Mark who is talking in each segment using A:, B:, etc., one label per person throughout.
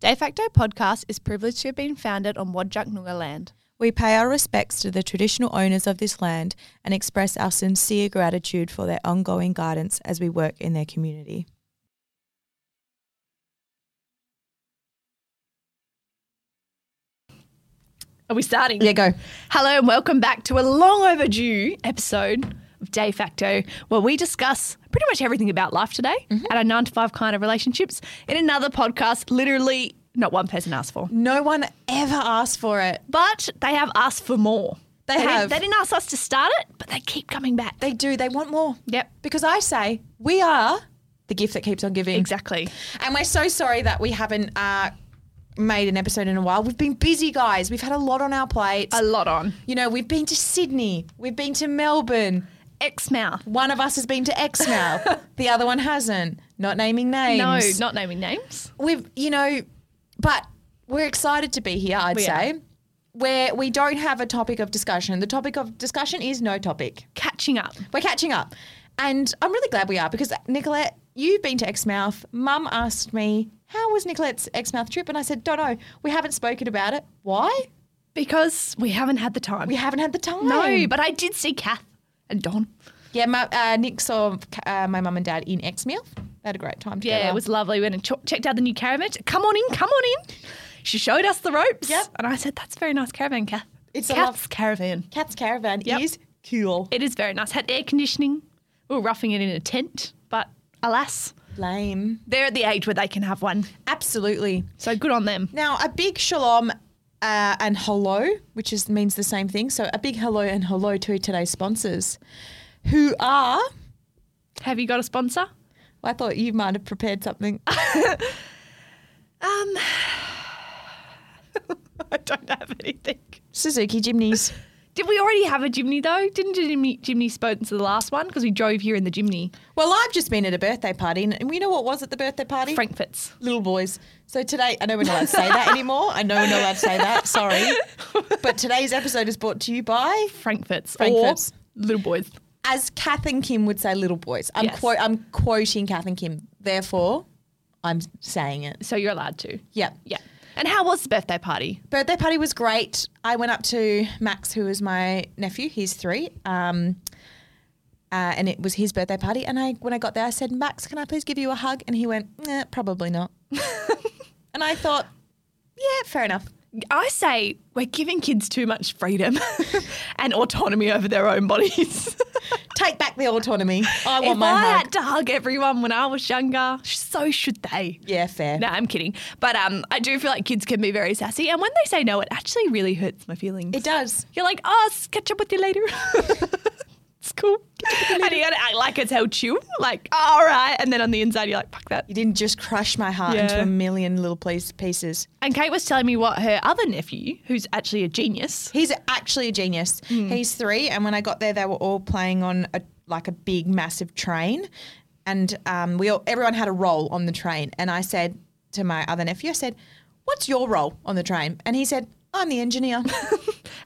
A: De facto podcast is privileged to have been founded on Wadjuk Noongar land.
B: We pay our respects to the traditional owners of this land and express our sincere gratitude for their ongoing guidance as we work in their community.
A: Are we starting?
C: Yeah, go.
A: Hello and welcome back to a long overdue episode of De Facto, where we discuss pretty much everything about life today and our nine to five kind of relationships in another podcast, literally not one person asked for.
B: No one ever asked for it.
A: But they have asked for more.
B: They
A: didn't-
B: have.
A: they didn't ask us to start it, but they keep coming back.
B: They do, they want more.
A: Yep.
B: Because I say we are the gift that keeps on giving.
A: Exactly.
B: And we're so sorry that we haven't uh, made an episode in a while. We've been busy, guys. We've had a lot on our plates.
A: A lot on.
B: you know, we've been to Sydney, we've been to Melbourne.
A: Exmouth.
B: One of us has been to Exmouth, the other one hasn't. Not naming
A: No,
B: names.
A: not naming names.
B: we've you know, but we're excited to be here. I'd
A: We
B: say
A: are.
B: where we don't have a topic of discussion. The topic of discussion is no topic.
A: Catching up.
B: We're catching up, and I'm really glad we are because Nicolette, you've been to Exmouth. Mum asked me how was Nicolette's Exmouth trip, and I said, don't know. We haven't spoken about it. Why?
A: Because we haven't had the time.
B: We haven't had the time.
A: No, but I did see Kath and Don.
B: yeah, my, uh, Nick saw uh, my mum and dad in Exmouth. They had a great time
A: Yeah,
B: together.
A: it was lovely. We went and ch- checked out the new caravan. She- Come on in, come on in. She showed us the ropes.
B: Yep.
A: And I said, that's a very nice caravan, Kath.
B: It's a
A: Kath's caravan.
B: Cat's caravan
A: Yep.
B: is cool.
A: It is very nice. Had air conditioning. We were roughing it in a tent, but alas,
B: Lame.
A: they're at the age where they can have one.
B: Absolutely.
A: So good on them.
B: Now, a big shalom uh, and hello, which is means the same thing. So, a big hello and hello to today's sponsors, who are.
A: Have you got a sponsor?
B: I thought you might have prepared something.
A: Um, I don't have anything.
B: Suzuki Jimneys.
A: Did we already have a Jimny though? Didn't Jimny, Jimny sponsor the last one? Because we drove here in the Jimny.
B: Well, I've just been at a birthday party, and and you know what was at the birthday party?
A: Frankfurt's.
B: Little boys. So today, I know we're not allowed to say that anymore. I know we're not allowed to say that. Sorry. But today's episode is brought to you by,
A: Frankfurt's.
B: Frankfurt's.
A: Or Little Boys.
B: as Kath and Kim would say, little boys. I'm,
A: Yes.
B: quote, I'm quoting Kath and Kim. Therefore, I'm saying it.
A: So you're allowed to.
B: Yep.
A: Yeah. And how was the birthday party?
B: birthday party was great. I went up to Max, who is my nephew. He's three. Um, uh, and it was his birthday party. And I, when I got there, I said, Max, can I please give you a hug? And he went, nah, probably not. and I thought, yeah, fair enough.
A: I say we're giving kids too much freedom and autonomy over their own bodies.
B: Take back the autonomy. I want
A: if
B: my
A: I
B: hug.
A: had to hug everyone when I was younger, so should they.
B: yeah, fair.
A: No, I'm kidding. But um, I do feel like kids can be very sassy. And when they say no, it actually really hurts my feelings.
B: It does.
A: You're like, oh, s- catch up with you later. it's cool. And you gotta act like it's helped you. Like, all right. And then on the inside, you're like, fuck that.
B: You didn't just crush my heart into
A: Yeah.
B: a million little place- pieces.
A: And Kate was telling me what her other nephew, who's actually a genius,
B: He's actually a genius.
A: Hmm.
B: He's three, and when I got there, they were all playing on a like a big, massive train, and um, we all, everyone had a role on the train. And I said to my other nephew, I said, "What's your role on the train?" And he said, "I'm the engineer."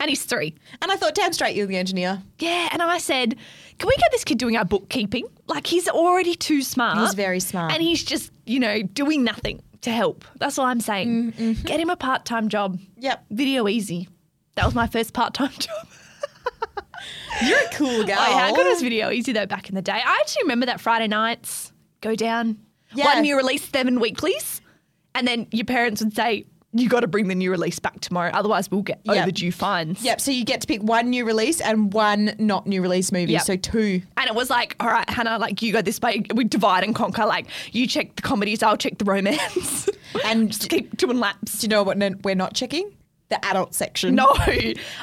A: and he's three.
B: and I thought, "Damn straight, you're the engineer."
A: Yeah, and I said, can we get this kid doing our bookkeeping? Like, he's already too smart.
B: He's very smart.
A: And he's just, you know, doing nothing to help. That's all I'm saying. Get him a part time job.
B: Mm, mm-hmm. Yep.
A: Video easy. That was my first part time job.
B: You're a cool guy.
A: Oh, yeah, I got his video easy though back in the day. I actually remember that Friday nights go down.
B: Yeah.
A: One new release, seven weeklies, and then your parents would say you got to bring the new release back tomorrow, otherwise we'll get
B: Yep.
A: overdue fines.
B: Yep. So you get to pick one new release and one not new release movie.
A: Yep.
B: So two.
A: And it was like, all right, Hannah, like you go this way, we divide and conquer. Like you check the comedies, I'll check the romance,
B: And
A: just keep doing laps.
B: Do you know what n- we're not checking? The adult section.
A: No,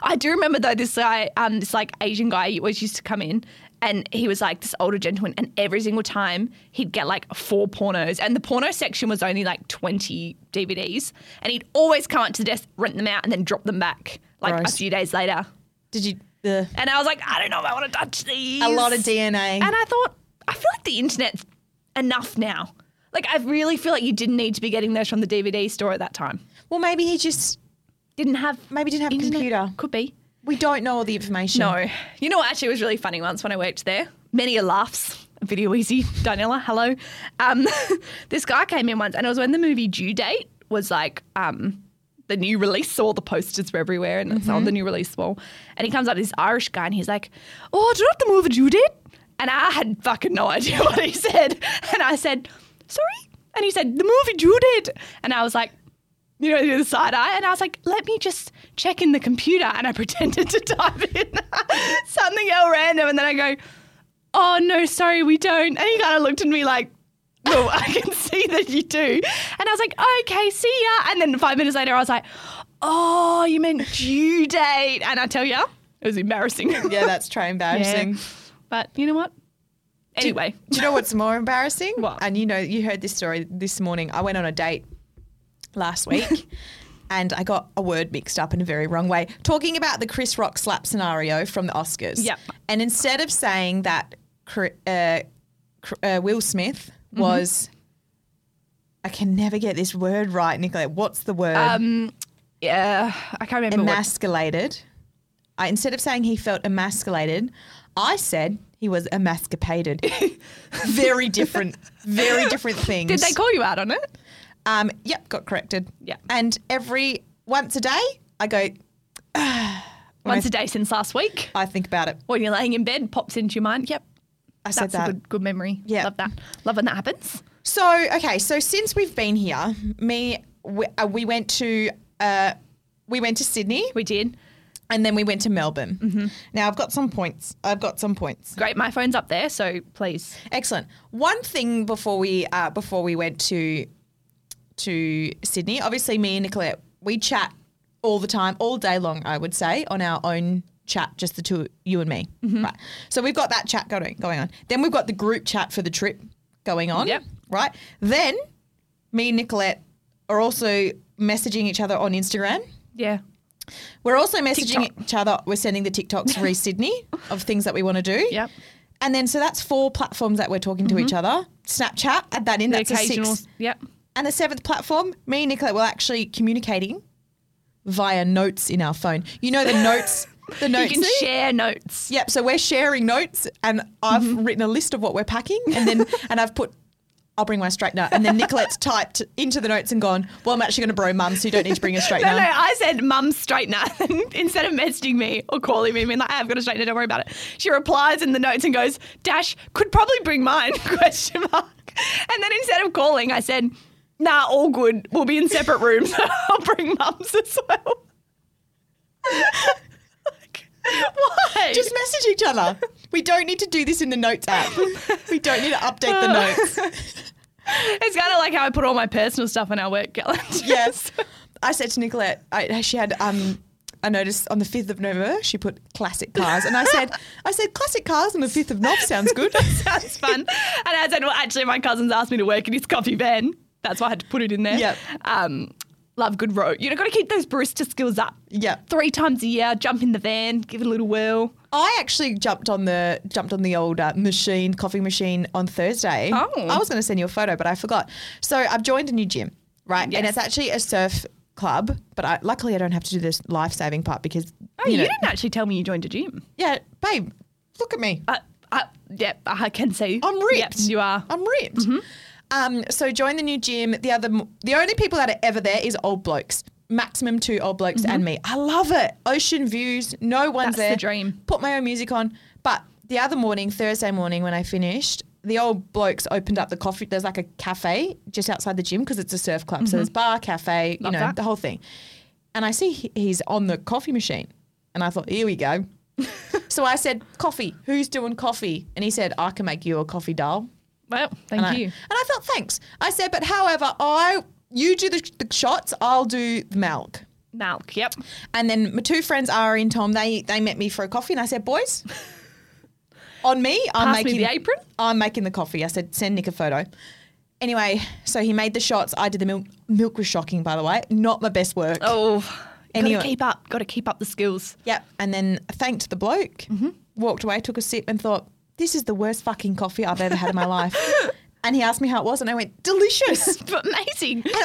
A: I do remember though this guy, um, this like Asian guy, he always used to come in, and he was like this older gentleman, and every single time he'd get like four pornos, and the porno section was only like twenty DVDs, and he'd always come up to the desk, rent them out, and then drop them back like
B: Gross.
A: a few days later.
B: Did you? The
A: And I was like, I don't know if I want to touch these.
B: a lot of DNA.
A: And I thought, I feel like the internet's enough now. Like I really feel like you didn't need to be getting those from the DVD store at that time.
B: well, maybe he just
A: Didn't have
B: Maybe didn't have a
A: internet.
B: computer.
A: Could be.
B: We don't know all the information.
A: No. You know what actually was really funny once when I worked there? Many a laughs. Video easy. Daniela, hello. Um, this guy came in once and it was when the movie Due Date was like um, the new release wall. The posters were everywhere, and it's on the new release wall. And he comes up, this Irish guy, and he's like, "Oh, do you know the movie you did?" And I had fucking no idea what he said. And I said, "Sorry." And he said, "The movie you did." And I was like. You know, the side eye, and I was like, "Let me just check in the computer," and I pretended to type in something else random, and then I go, oh no, sorry, we don't. And he kind of looked at me like, well, I can see that you do. And I was like, okay, see ya. And then five minutes later, I was like, oh, you meant due date. And I tell ya, it was embarrassing.
B: Yeah, that's try embarrassing.
A: But you know what? Anyway,
B: Do you know what's more embarrassing?
A: What?
B: And you know, you heard this story this morning. I went on a date last week and I got a word mixed up in a very wrong way. Talking about the Chris Rock slap scenario from the Oscars.
A: Yep.
B: And instead of saying that Cri- uh, Cr- uh, Will Smith
A: Mm-hmm.
B: was, I can never get this word right, Nicolette. What's the word?
A: Um, yeah, I can't remember. what-
B: emasculated. I, instead of saying he felt emasculated, I said he was emascipated. very different, very different things.
A: Did they call you out on it?
B: Um, yep, got corrected.
A: Yeah.
B: And every once a day, I go, When
A: Once
B: I-
A: a day since last week,
B: I think about it.
A: when you're laying in bed, pops into your mind. Yep,
B: I said
A: that's
B: that.
A: a good, good memory.
B: Yeah.
A: love that. Love when that happens.
B: So okay, so since we've been here, me we, uh, we went to uh, we went to Sydney
A: We did.
B: and then we went to Melbourne.
A: Mm-hmm.
B: Now I've got some points. I've got some points.
A: Great, my phone's up there, so please.
B: Excellent. One thing before we uh, before we went to to Sydney, obviously me and Nicolette, we chat all the time, all day long, I would say, on our own chat, just the two you and me.
A: Mm-hmm.
B: Right. So we've got that chat going going on. Then we've got the group chat for the trip going on.
A: Yep.
B: Right. Then me and Nicolette are also messaging each other on Instagram.
A: Yeah,
B: We're also messaging
A: TikTok.
B: each other. We're sending the TikToks re Sydney of things that we want to do.
A: Yep.
B: And then so that's four platforms that we're talking to each other. Snapchat, add that
A: Mm-hmm.
B: in.
A: the
B: That's a
A: occasional.
B: six.
A: Yep.
B: And the seventh platform, me and Nicolette were actually communicating via notes in our phone. You know the notes, the notes.
A: You can share notes.
B: Yep. So we're sharing notes, and I've
A: Mm-hmm.
B: written a list of what we're packing, and then and I've put. I'll bring my straightener, and then Nicolette's typed into the notes and gone. Well, I'm actually going to bro mum, so you don't need to bring a straightener.
A: No, no, I said mum straightener instead of messaging me or calling me and being like, I've got a straightener, don't worry about it. She replies in the notes and goes, Dash, could probably bring mine, question mark. And then instead of calling, I said, nah, all good. We'll be in separate rooms. I'll bring mum's as well. Like, Why?
B: Just message each other. We don't need to do this in the notes app. We don't need to update the notes.
A: it's kind of like how I put all my personal stuff in our work calendar.
B: Yes. I said to Nicolette, I, she had um I noticed on the fifth of November she put classic cars, and I said, I said classic cars on the fifth of Nov sounds good.
A: Sounds fun. And I said, well, actually, my cousin's asked me to work in his coffee van. That's why I had to put it in there.
B: Yep.
A: Um, love good road. You know, got to keep those barista skills up.
B: yeah.
A: Three times a year, jump in the van, give it a little whirl.
B: I actually jumped on the jumped on the old uh, machine coffee machine on Thursday.
A: Oh.
B: I was going to send you a photo, but I forgot. So I've joined a new gym, right? And
A: Yes.
B: it's actually a surf club, but I, luckily I don't have to do this life saving part because
A: Oh,
B: you
A: you,
B: know,
A: didn't actually tell me you joined a gym.
B: yeah, babe, look at me.
A: Uh, uh, yep, I can see.
B: I'm ripped.
A: Yep, you are. Mm-hmm.
B: I'm ripped. Um, so join the new gym. The other, the only people that are ever there is old blokes. Maximum two old blokes and me. I love it. Ocean views. No one's
A: Mm-hmm. That's
B: there.
A: the dream.
B: Put my own music on. But the other morning, Thursday morning, when I finished, the old blokes opened up the coffee. There's like a cafe just outside the gym because it's a surf club. So there's bar, cafe,
A: Mm-hmm. Love
B: you know,
A: that.
B: the whole thing. And I see he- he's on the coffee machine, and I thought, here we go. so I said, coffee. Who's doing coffee? And he said, I can make you a coffee, doll.
A: Well, thank
B: And I,
A: you.
B: and I felt thanks. I said, but however, I you do the, the shots, I'll do the milk.
A: Malk, yep.
B: And then my two friends, Ari and Tom, they they met me for a coffee, and I said, boys, on me, I'm
A: Pass me
B: making
A: the apron?
B: I'm making the coffee. I said, send Nick a photo. Anyway, so he made the shots. I did the milk. Milk was shocking, by the way. Not my best work.
A: Oh,
B: Anyway.
A: gotta keep up. Gotta keep up the skills.
B: Yep. And then thanked the bloke,
A: Mm-hmm.
B: walked away, took a sip, and thought, this is the worst fucking coffee I've ever had in my life. And he asked me how it was, and I went, delicious.
A: But amazing. And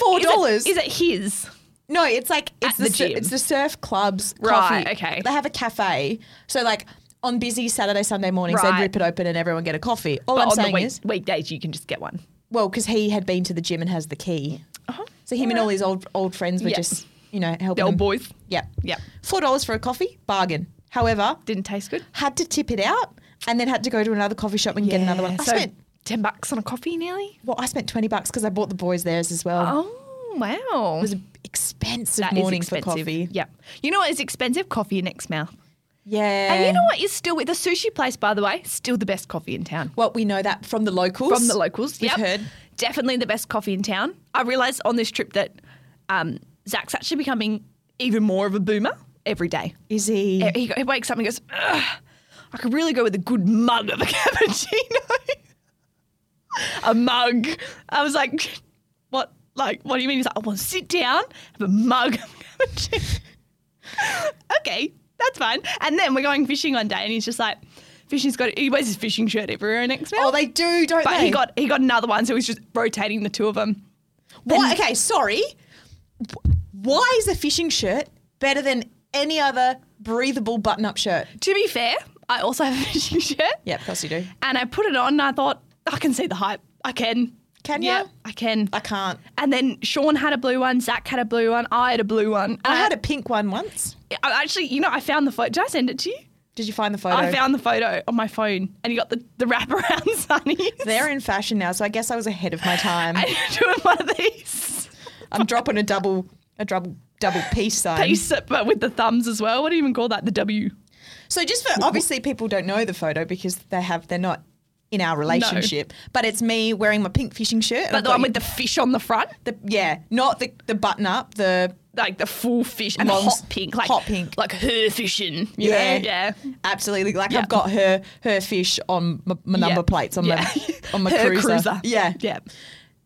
B: only $4.
A: Is, it his?
B: No, it's like it's
A: At
B: the,
A: the
B: sur-
A: gym.
B: it's the surf clubs
A: Right,
B: coffee.
A: okay.
B: They have a cafe. So like on busy Saturday Sunday mornings
A: Right.
B: they'd rip it open and everyone get a coffee. All
A: But
B: I'm
A: on the
B: saying
A: week-
B: is
A: weekdays, you can just get one.
B: well cuz he had been to the gym and has the key.
A: Uh-huh.
B: So him and all his old old friends were
A: Yeah.
B: just, you know,
A: The
B: helping.
A: old
B: him.
A: boys.
B: Yeah.
A: Yep.
B: Four dollars for a coffee, bargain. However,
A: Didn't taste good.
B: had to tip it out and then had to go to another coffee shop and get another one. I
A: So
B: spent
A: ten bucks on a coffee nearly.
B: well, I spent twenty bucks because I bought the boys theirs as well.
A: Oh wow.
B: It was an expensive
A: That is
B: morning for
A: expensive.
B: coffee.
A: Yep. You know what is expensive? Coffee in Exmouth. mouth.
B: Yeah.
A: And you know what is still with the sushi place, by the way, still the best coffee in town.
B: Well, we know that from the locals.
A: From the locals.
B: We've
A: yep.
B: heard.
A: Definitely the best coffee in town. I realised on this trip that um, Zach's actually becoming even more of a boomer every day.
B: Is he?
A: He, he wakes up and goes, Ugh, I could really go with a good mug of a cappuccino. a mug. I was like, what? Like, what do you mean? He's like, I want to sit down, have a mug of cappuccino. okay, that's fine. And then we're going fishing one day, and he's just like, fishing's got. He wears his fishing shirt everywhere next month.
B: oh, they do, don't
A: but
B: they?
A: he got he got another one, so he's just rotating the two of them.
B: What? Okay, sorry. Why is a fishing shirt better than any other breathable button-up shirt?
A: To be fair, I also have a fishing shirt.
B: Yeah, of course you do.
A: And I put it on and I thought, I can see the hype. I can.
B: Can
A: yeah,
B: ya?
A: I can.
B: I can't.
A: And then Sean had a blue one, Zach had a blue one, I had a blue one. And
B: I had a pink one once.
A: a- I actually, you know, I found the photo. Did I send it to you?
B: Did you find the photo?
A: I found the photo on my phone and you got the, the wraparound sunnies.
B: They're in fashion now, so I guess I was ahead of my time.
A: And you're doing one of these.
B: I'm dropping a double, a double, double peace sign.
A: Piece it, but with the thumbs as well. What do you even call that? The W.
B: So just for obviously people don't know the photo because they have they're not in our relationship, but it's me wearing my pink fishing shirt. and
A: But
B: I've
A: the
B: got
A: one
B: you-
A: with the fish on the front.
B: the yeah, not the the button up, the
A: Like the full fish and
B: Long-
A: hot pink. Like,
B: hot pink.
A: Like her fishing. you
B: Yeah.
A: know? Yeah.
B: absolutely like
A: Yeah.
B: I've got her her fish on my, my number
A: Yeah.
B: plates on
A: Yeah.
B: my on my
A: Her
B: cruiser.
A: cruiser.
B: Yeah.
A: Yeah.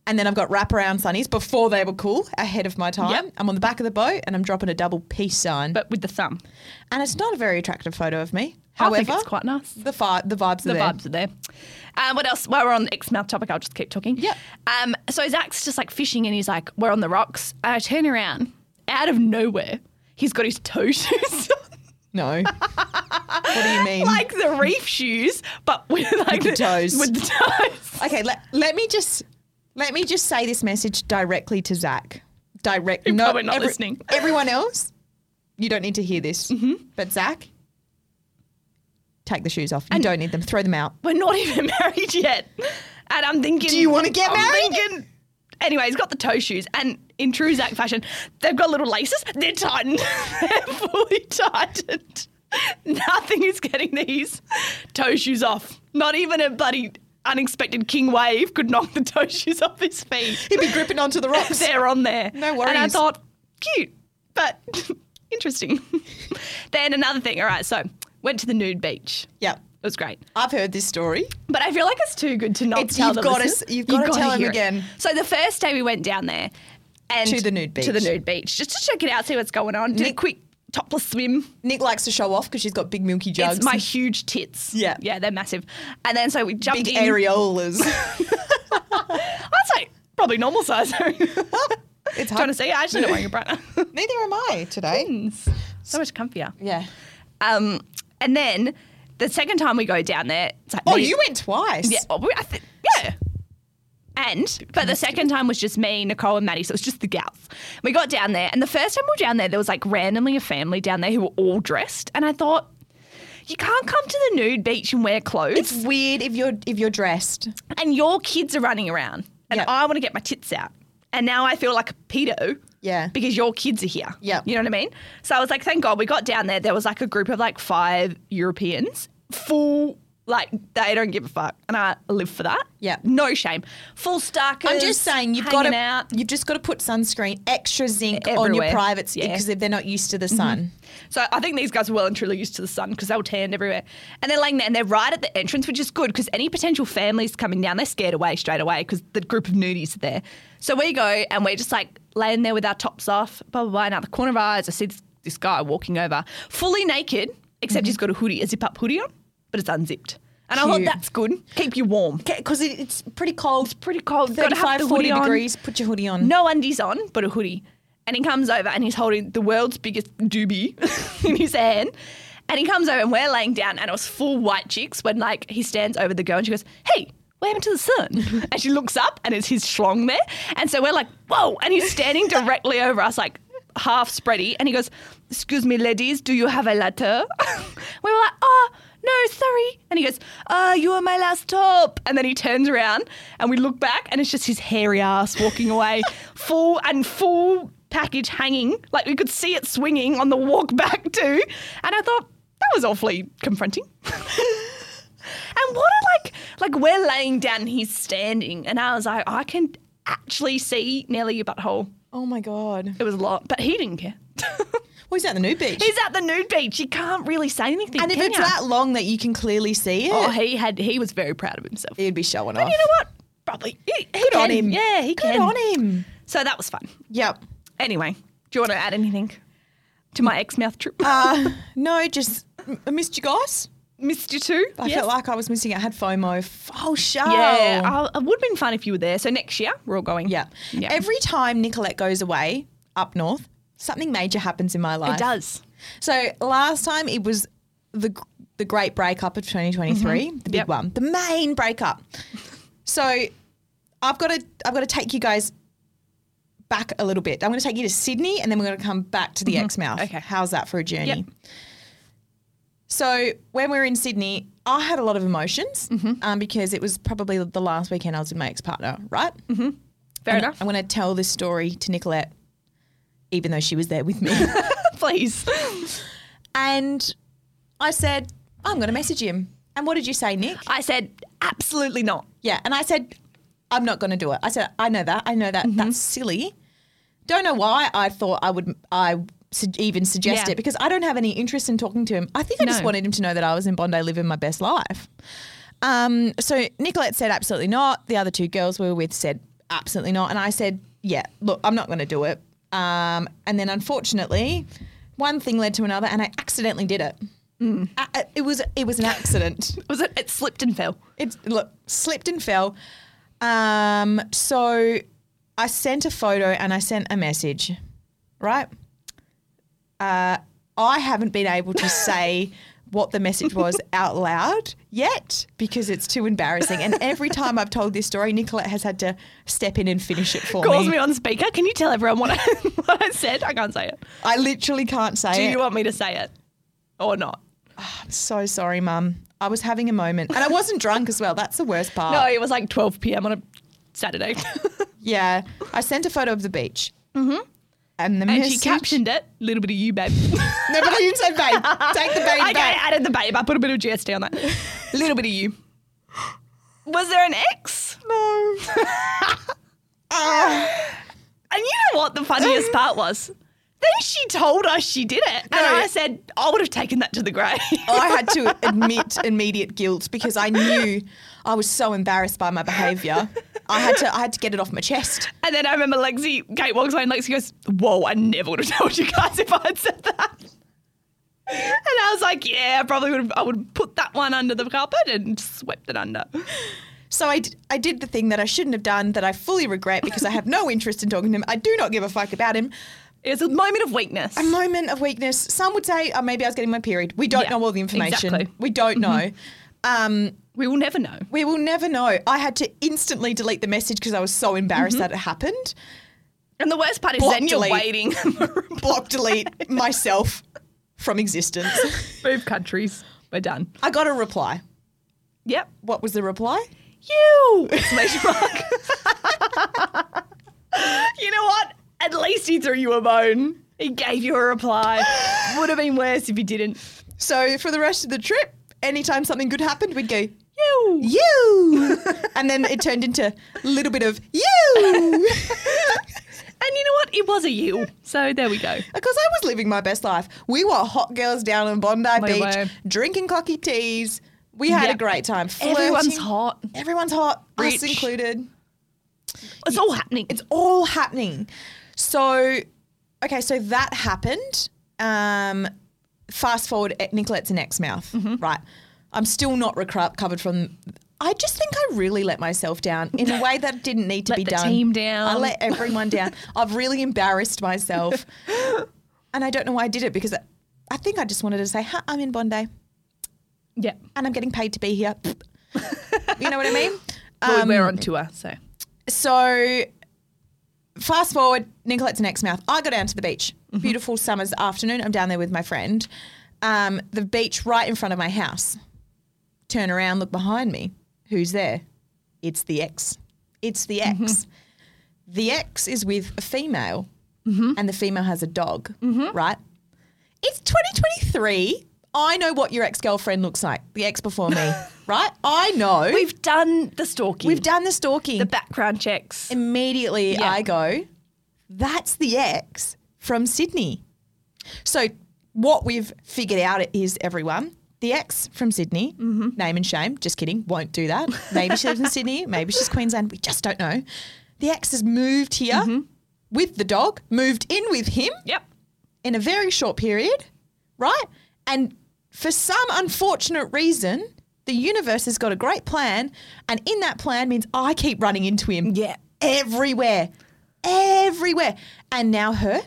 B: And then I've got wraparound sunnies before they were cool, ahead of my time.
A: Yep.
B: I'm on the back of the boat and I'm dropping a double peace sign.
A: But with the thumb.
B: and it's not a very attractive photo of me.
A: I
B: However,
A: think it's quite nice.
B: the, fi- the vibes
A: the
B: are there.
A: vibes are there. Um, what else? While we're on the Exmouth topic, I'll just keep talking.
B: Yeah.
A: Um, so Zach's just like fishing and he's like, we're on the rocks. And I turn around, out of nowhere, he's got his toe shoes on,
B: No. what do you mean?
A: like the reef shoes, but with like
B: the toes.
A: With the toes.
B: Okay, let, let me just let me just say this message directly to Zach. Direct. no,
A: probably not listening. Mm-hmm.
B: Everyone else, you don't need to hear this. But Zach, take the shoes off. You don't need them. Throw them out.
A: We're not even married yet. And I'm thinking,
B: Do you wanna get
A: I'm
B: married?
A: Thinking, anyway, he's got the toe shoes, and in true Zach fashion, they've got little laces. They're tightened. They're fully tightened. Nothing is getting these toe shoes off. Not even a bloody unexpected king wave could knock the toe shoes off his feet.
B: He'd be gripping onto the rocks.
A: They're on there.
B: No
A: And I
B: worries.
A: thought, cute, but interesting. then another thing. All right, so went to the nude beach.
B: yeah,
A: It was great.
B: I've heard this story.
A: But I feel like it's too good to not
B: It's-
A: tell
B: you've
A: the
B: gotta
A: listeners.
B: s- you've gotta
A: gotta
B: tell 'em
A: hear it.
B: again.
A: So the first day we went down there, and
B: To the nude
A: to the
B: beach.
A: nude beach, just to check it out, see what's going on. Did a
B: Nick-
A: quick topless swim.
B: Nick likes to show off because she's got big milky jugs,
A: It's my huge tits.
B: Yeah.
A: yeah, they're massive. And then so we jumped
B: big
A: in.
B: areolas.
A: I'd say probably normal size.
B: it's
A: Trying to Mm.
B: hard.
A: see, I actually not wearing a bra.
B: Neither am I today.
A: so much comfier.
B: Yeah.
A: Um, and then the second time we go down there, it's like
B: Oh,
A: me-
B: you went twice.
A: Yeah, well, we- I thi- yeah. And but the second time was just me, Nicole, and Maddie, so it was just the gals. We got down there, and the first time we were down there, there was like randomly a family down there who were all dressed, and I thought, you can't come to the nude beach and wear clothes,
B: It's weird if you're if you're dressed.
A: and your kids are running around, and
B: Yeah.
A: I want to get my tits out, and now I feel like a pedo.
B: Yeah.
A: Because your kids are here.
B: Yeah.
A: You know what I mean? So I was like, thank God we got down there. There was like a group of like five Europeans, full, like, they don't give a fuck. And I live for that.
B: Yeah.
A: No shame. Full starkers.
B: I'm just saying you've got
A: hanging
B: to
A: out.
B: you've just got to put sunscreen, extra zinc on
A: Everywhere.
B: your privates
A: Yeah.
B: because if they're not used to the sun.
A: So I think these guys are well and truly used to the sun because they were tanned everywhere. And they're laying there and they're right at the entrance, which is good because any potential families coming down, they're scared away straight away because the group of nudies are there. So we go and we're just like laying there with our tops off, blah, blah, blah. And out the corner of our eyes, I see this, this guy walking over, fully naked, except he's got a hoodie, a zip up hoodie on, but it's unzipped. And I thought,
B: Cute.
A: that's good. Keep you warm.
B: Because it, it's pretty cold,
A: Pretty cold. Gotta have
B: 35,
A: the
B: 40
A: hoodie on.
B: degrees. Put your hoodie on.
A: No undies on, but a hoodie. And he comes over and he's holding the world's biggest doobie in his hand. And he comes over and we're laying down and it was full white chicks when like he stands over the girl and she goes, Hey, what happened to the sun? And she looks up and it's his schlong there. And so we're like, whoa. And he's standing directly over us, like half spready. And he goes, excuse me, ladies, do you have a letter? we were like, oh, no, sorry. And he goes, uh, you are my last hope. And then he turns around and we look back and it's just his hairy ass walking away, full and full package hanging. Like we could see it swinging on the walk back too. And I thought, that was awfully confronting. And what are like like we're laying down and he's standing and I was like, I can actually see nearly your butthole.
B: Oh my god.
A: It was a lot. But he didn't care.
B: Well, he's at the nude beach.
A: he's at the nude beach. You can't really say anything.
B: and if
A: can
B: it's
A: ya?
B: that long that you can clearly see it,
A: Oh, he had he was very proud of himself.
B: he'd be showing
A: But
B: off.
A: you know what? Probably. He, he
B: Good on
A: can.
B: him.
A: Yeah, he
B: Good
A: can.
B: on him.
A: So that was fun.
B: Yep.
A: Anyway, do you want to add anything to my ex mouth trip?
B: Uh, no, just I missed you guys.
A: Missed you too?
B: I
A: Yes.
B: felt like I was missing. it. I had FOMO. F- Oh, show.
A: yeah, I, it would have been fun if you were there. So next year we're all going.
B: yeah.
A: yeah.
B: Every time Nicolette goes away up north, something major happens in my life.
A: it does.
B: So last time it was the the great breakup of 2023, the big
A: Mm-hmm. Yep.
B: one, the main breakup. So I've got to I've got to take you guys back a little bit. I'm going to take you to Sydney, and then we're going to come back to the Exmouth.
A: Mm-hmm. Okay.
B: how's that for a journey?
A: Yep.
B: So when we were in Sydney, I had a lot of emotions
A: Mm-hmm.
B: um, because it was probably the last weekend I was with my ex partner, right?
A: Mm-hmm. Fair
B: And
A: enough.
B: I'm going to tell this story to Nicolette, even though she was there with me.
A: Please.
B: And I said, I'm going to message him. And what did you say, Nick?
A: I said, absolutely not.
B: Yeah. And I said, I'm not going to do it. I said, I know that. I know that.
A: Mm-hmm.
B: That's silly. Don't know why I thought I would, I su- even suggest
A: Yeah.
B: it because I don't have any interest in talking to him. I think I just
A: No.
B: wanted him to know that I was in Bondi living my best life. Um, so Nicolette said, absolutely not. The other two girls we were with said, absolutely not. And I said, yeah, look, I'm not going to do it. Um, and then unfortunately, one thing led to another and I accidentally did it.
A: Mm.
B: A- a- it was it was an accident.
A: Was it? It slipped and fell.
B: It look slipped and fell. Um, so I sent a photo and I sent a message, right? Uh, I haven't been able to say what the message was out loud yet because it's too embarrassing. And every time I've told this story, Nicolette has had to step in and finish it for
A: Calls
B: me.
A: me on speaker. Can you tell everyone what I, what I said? I can't say it.
B: I literally can't say
A: Do
B: it.
A: you want me to say it or not?
B: I'm so sorry, Mum. I was having a moment, and I wasn't drunk as well. That's the worst part.
A: No, it was like 12 p.m. on a Saturday.
B: Yeah, I sent a photo of the beach. Mm-hmm. And the
A: and
B: message.
A: she captioned it. Little bit of you, babe.
B: No, but I didn't say babe. Take the babe
A: okay,
B: back.
A: I added the babe. I put a bit of GST on that. Little bit of you. Was there an X?
B: No. Ah.
A: And you know what the funniest part was? Then she told us she did it. And
B: No.
A: I said, I would have taken that to the grave.
B: I had to admit immediate guilt because I knew I was so embarrassed by my behaviour. I had to I had to get it off my chest.
A: And then I remember Lexi, Kate walks by and Lexi goes, Whoa, I never would have told you guys if I had said that. And I was like, Yeah, I probably would have, I would have put that one under the carpet and swept it under.
B: So I, d- I did the thing that I shouldn't have done that I fully regret because I have no interest in talking to him. I do not give a fuck about him.
A: It was a moment of weakness.
B: A moment of weakness. Some would say oh, maybe I was getting my period. We don't
A: Yeah,
B: know all the information.
A: exactly. Mm-hmm.
B: We don't know. Um,
A: we will never know.
B: We will never know. I had to instantly delete the message because I was so embarrassed
A: Mm-hmm.
B: that it happened.
A: And the worst part is
B: Block
A: then you're
B: delete.
A: waiting for a block.
B: Block delete myself from existence.
A: Move countries. We're done.
B: I got a reply.
A: Yep.
B: What was the reply?
A: You! Exclamation mark. you know what? At least he threw you a bone. He gave you a reply. Would have been worse if he didn't.
B: So for the rest of the trip, anytime something good happened, we'd go,
A: You!
B: you. and then it turned into a little bit of you.
A: And you know what? It was a you. So there we go.
B: Because I was living my best life. We were hot girls down on Bondi Beach,
A: way.
B: drinking cocky teas. We had
A: Yeah.
B: a great time.
A: Everyone's
B: flirting.
A: hot.
B: Everyone's hot, us
A: Rich.
B: included.
A: It's all happening. It's
B: all happening. So, okay, so that happened. Um, fast forward, at Nicolette's in Exmouth,
A: Mm-hmm.
B: right? I'm still not recovered from. I just think I really let myself down in a way that didn't need to
A: Let
B: be
A: the
B: done.
A: team down.
B: I let everyone down. I've really embarrassed myself, and I don't know why I did it because I, I think I just wanted to say, "Ha, I'm in Bondi."
A: yeah.
B: and I'm getting paid to be here. you know what I mean? Um,
A: Well, we're on tour, so
B: So fast forward, Nicolette's in Exmouth. I go down to the beach. Beautiful summer's afternoon. I'm down there with my friend. Um, the beach right in front of my house. Turn around, look behind me. Who's there? It's the ex. It's the ex. The ex is with a female, and the female has a dog, right? It's 2023. I know what your ex girlfriend looks like, the ex before me, right? I know. We've,
A: we've done the stalking,
B: we've done the stalking
A: the background checks.
B: immediately
A: Yeah.
B: I go, that's the ex from Sydney. So what we've figured out is everyone, the ex from Sydney, name and shame, just kidding, won't do that. Maybe she lives in Sydney, maybe she's Queensland, we just don't know. The ex has moved here with the dog, moved in with him
A: Yep.
B: in a very short period, right? And for some unfortunate reason, the universe has got a great plan, and in that plan means I keep running into him
A: Yeah.
B: everywhere, everywhere. And now her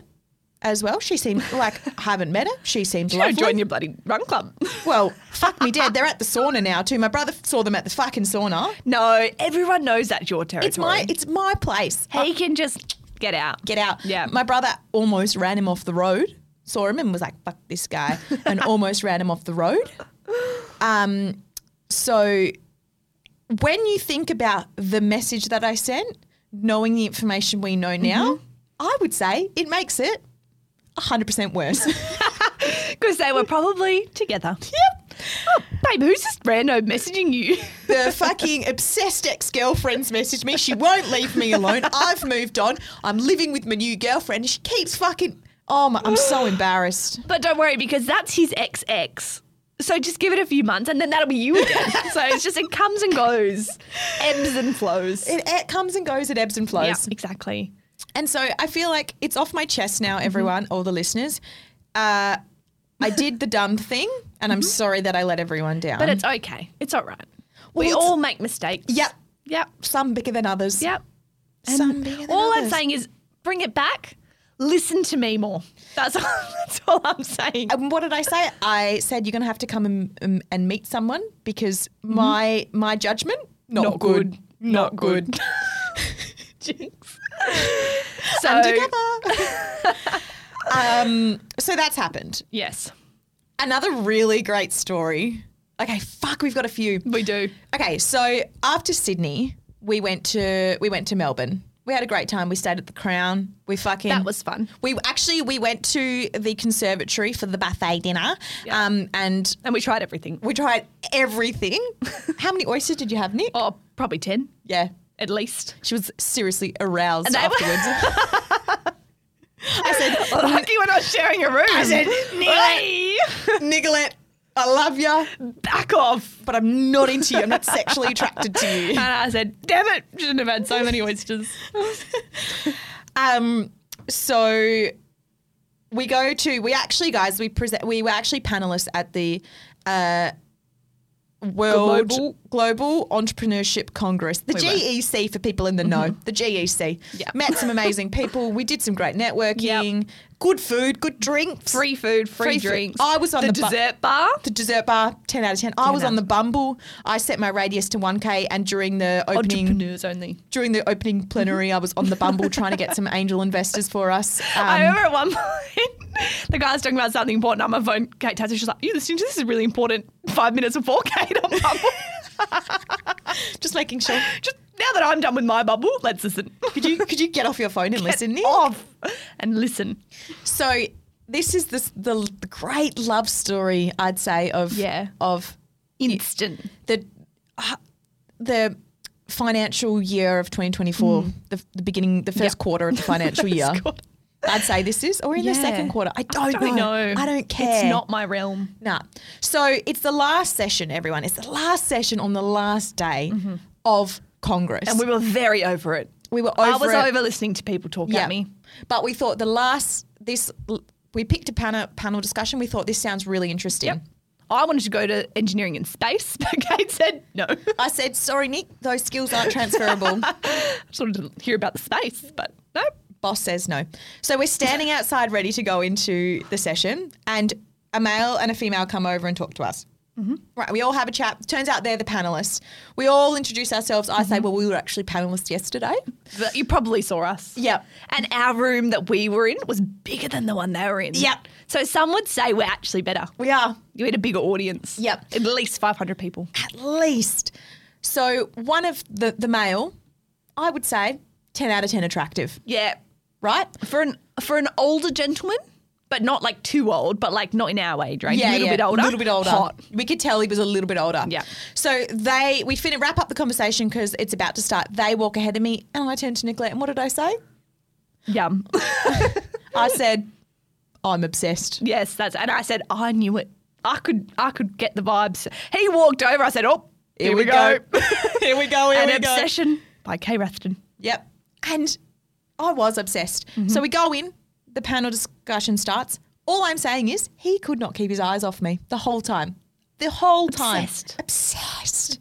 B: as well. She seemed like I haven't met her. She seemed
A: Go
B: lovely.
A: join your bloody run club.
B: well, fuck me dead. They're at the sauna now too. My brother saw them at the fucking sauna.
A: no, everyone knows that's your territory.
B: It's my it's my place.
A: He can just get out.
B: Get out.
A: Yeah.
B: My brother almost ran him off the road. Saw him and was like, fuck this guy. And almost ran him off the road. Um so when you think about the message that I sent, knowing the information we know now, I would say it makes it 100% worse.
A: Because they were probably together.
B: Yep.
A: Oh, Babe, who's this rando messaging you?
B: The fucking obsessed ex girlfriend's messaged me. She won't leave me alone. I've moved on. I'm living with my new girlfriend. She keeps fucking. Oh, my, I'm so embarrassed.
A: But don't worry, because that's his XX. So just give it a few months and then that'll be you again. so it's just, it comes and goes, ebbs and flows.
B: It, it comes and goes, it ebbs and
A: yeah,
B: flows.
A: exactly.
B: And so I feel like it's off my chest now,
A: Mm-hmm.
B: everyone, all the listeners. Uh, I did the dumb thing, and I'm sorry that I let everyone
A: Mm-hmm.
B: down.
A: But it's okay. It's all right.
B: Well,
A: we
B: it's-
A: all make mistakes.
B: Yep.
A: Yep.
B: some bigger than others.
A: Yep.
B: Some bigger than
A: all I'm
B: others.
A: saying is bring it back. Listen to me more. That's all, that's all I'm saying.
B: And Um, what did I say? I said you're going to have to come and, um, and meet someone because
A: Mm-hmm.
B: my my judgment not, good, not good.
A: Jinx. so,
B: Undercover. um, so that's happened.
A: yes,
B: Another really great story. Okay, fuck, we've got a few.
A: we do.
B: Okay, so after Sydney, we went to we went to Melbourne. We had a great time. We stayed at the Crown. We fucking
A: That was fun.
B: We actually we went to the conservatory for the buffet dinner,
A: Yeah.
B: um, and
A: And we tried everything.
B: we tried everything. How many oysters did you have, Nick?
A: Oh, probably 10
B: Yeah,
A: at least.
B: she was seriously aroused
A: And they were-
B: afterwards. I said,
A: Lucky we're not sharing a room. I
B: said,
A: said,
B: Nicolette, I love you,
A: back off.
B: but I'm not into you. I'm not sexually attracted to you.
A: And I said, damn it, shouldn't have had so many oysters.
B: Um, so we go to we actually guys we present we were actually panelists at the uh, World
A: Global-
B: Global. Entrepreneurship Congress, the
A: We were. Mm-hmm.
B: GEC for people in the know, the GEC.
A: Yeah.
B: Met some amazing people. We did some great networking. Good food, good drinks.
A: Free food, free,
B: Free food.
A: drinks.
B: I was on
A: the,
B: the bu-
A: dessert bar.
B: The dessert bar, ten out of ten. I was
A: out
B: on
A: of
B: the Bumble. I set my radius to one k, and during the opening
A: Entrepreneurs only.
B: during the opening plenary, I was on the Bumble trying to get some angel investors for us. Um,
A: I remember at one point the guy was talking about something important on my phone. Kate Tazza, she's like, "You listening to this is really important." Five minutes before Kate on bubble.
B: just making sure.
A: Just now that I'm done with my bubble, let's listen.
B: Could you could you get off your phone and listen? Nick?
A: off and listen.
B: So this is this, the the great love story I'd say of
A: Yeah.
B: of
A: Instant.
B: the uh, the financial year of 2024, the, the beginning, the first
A: Yep.
B: Hmm. quarter of the financial year.
A: God,
B: I'd say this is, or in the
A: Yeah.
B: second quarter. I don't,
A: don't know.
B: Oh, I don't care.
A: It's not my realm.
B: Nah. So it's the last session, everyone. It's the last session on the last day of Congress.
A: And we were very over it.
B: We were
A: I
B: over
A: was
B: it.
A: over listening to people talk
B: Yeah.
A: at me.
B: But we thought the last this we picked a panel panel discussion. We thought this sounds really interesting.
A: Yep. I wanted to go to engineering in space, but Kate said no. I
B: I said, sorry, Nick, those skills aren't transferable.
A: just wanted to hear about the space, but no.
B: Boss says no. So we're standing outside ready to go into the session, and a male and a female come over and talk to us. Right, we all have a chat. Turns out they're the panelists. We all introduce ourselves. I say, well, we were actually panelists yesterday.
A: But you probably saw us.
B: Yep.
A: And our room that we were in was bigger than the one they were in.
B: Yep.
A: So some would say we're actually better.
B: We are.
A: You had a bigger audience.
B: Yep.
A: At least 500 people.
B: at least. So one of the the male, I would say, ten out of ten attractive,
A: Yeah.
B: right?
A: For an for an older gentleman, but not like too old, but like not in our age range. a little bit older.
B: a little bit older.
A: Hot.
B: We could tell he was a little bit older.
A: Yeah.
B: So they we fin- wrap up the conversation because it's about to start. They walk ahead of me, and I turn to Nicolette, and what did I say?
A: Yum.
B: I said, I'm obsessed.
A: yes, that's and I said I knew it. I could I could get the vibes. He walked over. I said, "Oh, here, we go."
B: here we go. Here
A: An
B: we go.
A: obsession by Kay Rathton.
B: Yep. And I was obsessed. So we go in, the panel discussion starts. All I'm saying is he could not keep his eyes off me the whole time. The whole time.
A: Obsessed.
B: Obsessed.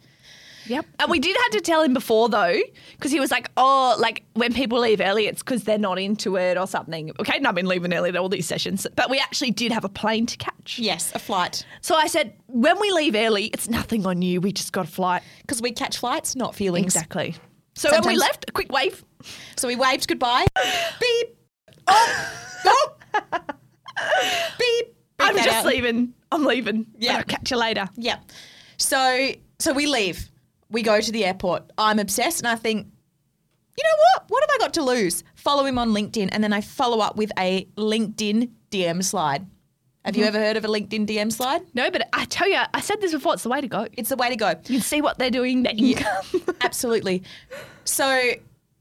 A: Yep. And we did have to tell him before though, because he was like, "Oh, like when people leave early, it's because they're not into it or something." Okay, and I've been leaving early to all these sessions, but we actually did have a plane to catch.
B: Yes, a flight.
A: So I said, "When we leave early, it's nothing on you. We just got a flight."
B: Because we catch flights, not feelings.
A: Exactly. So when
B: Sometimes-
A: we left, a quick wave.
B: So we waved goodbye. Beep. Oh. oh. Beep. Beep
A: I'm
B: that
A: just
B: out.
A: leaving. I'm leaving.
B: Yeah.
A: Yeah. I'll catch you later.
B: Yeah. So so we leave. We go to the airport. I'm obsessed and I think, you know what? What have I got to lose? Follow him on LinkedIn and then I follow up with a LinkedIn DM slide. Have
A: Mm-hmm.
B: you ever heard of a LinkedIn DM slide?
A: No, but I tell you, I said this before. It's the way to go.
B: It's the way to go.
A: You can see what they're doing, their income.
B: Absolutely. So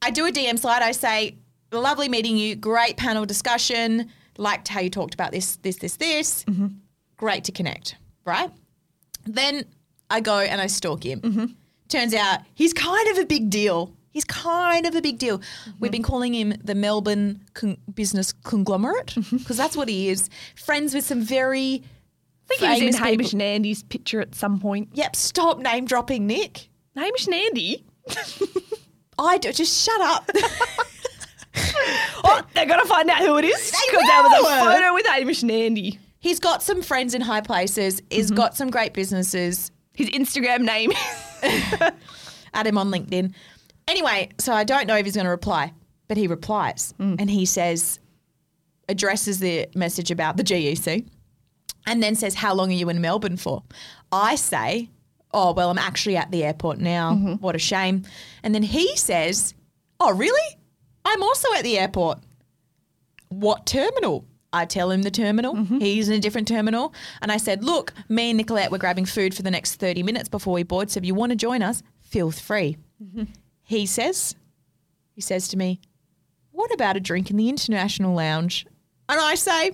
B: I do a DM slide. I say, lovely meeting you. Great panel discussion. Liked how you talked about this, this, this, this. Great to connect, right? Then I go and I stalk him. Turns out he's kind of a big deal. He's kind of a big deal. We've been calling him the Melbourne con- business conglomerate because that's what he is. Friends with some very
A: I think he was
B: famous
A: in Hamish and Andy's picture at some point.
B: Yep, stop name dropping, Nick.
A: Hamish and Andy?
B: I do, just shut up.
A: Oh, they're going to find out who it is.
B: They
A: Because there was
B: will.
A: a photo with Hamish and Andy.
B: He's got some friends in high places. He's got some great businesses.
A: His Instagram name is.
B: Add him on LinkedIn. Anyway, so I don't know if he's going to reply, but he replies and he says, addresses the message about the GEC and then says, How long are you in Melbourne for? I say, Oh, well, I'm actually at the airport now. What a shame. And then he says, Oh, really? I'm also at the airport. What terminal? I tell him the terminal. He's in a different terminal. And I said, Look, me and Nicolette were grabbing food for the next 30 minutes before we board. So if you want to join us, feel free. He says, He says to me, What about a drink in the international lounge? And I say,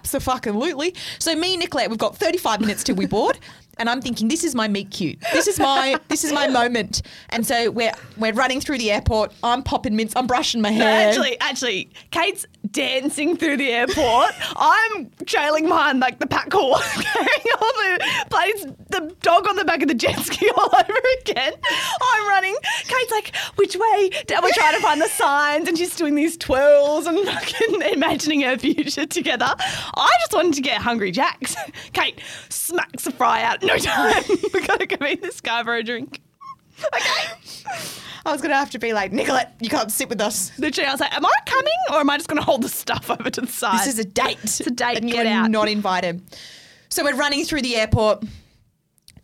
B: Absolutely. So me and Nicolette, we've got 35 minutes till we board. And I'm thinking, this is my meet cute. This is my this is my moment. And so we're we're running through the airport. I'm popping mints. I'm brushing my hair.
A: Actually, actually, Kate's dancing through the airport. I'm trailing behind like the pack horse, carrying all the plays the dog on the back of the jet ski all over again. I'm running. Kate's like, which way? And we're trying to find the signs, and she's doing these twirls and fucking imagining her future together. I just wanted to get hungry jacks. Kate smacks the fry out. No time. we gotta go meet this guy for a drink.
B: I was gonna have to be like, Nicolette, you can't sit with us.
A: Literally, I was like, am I coming or am I just gonna hold the stuff over to the side?
B: This is a date. It's
A: a date,
B: And
A: get
B: you're
A: out.
B: not invited. So we're running through the airport,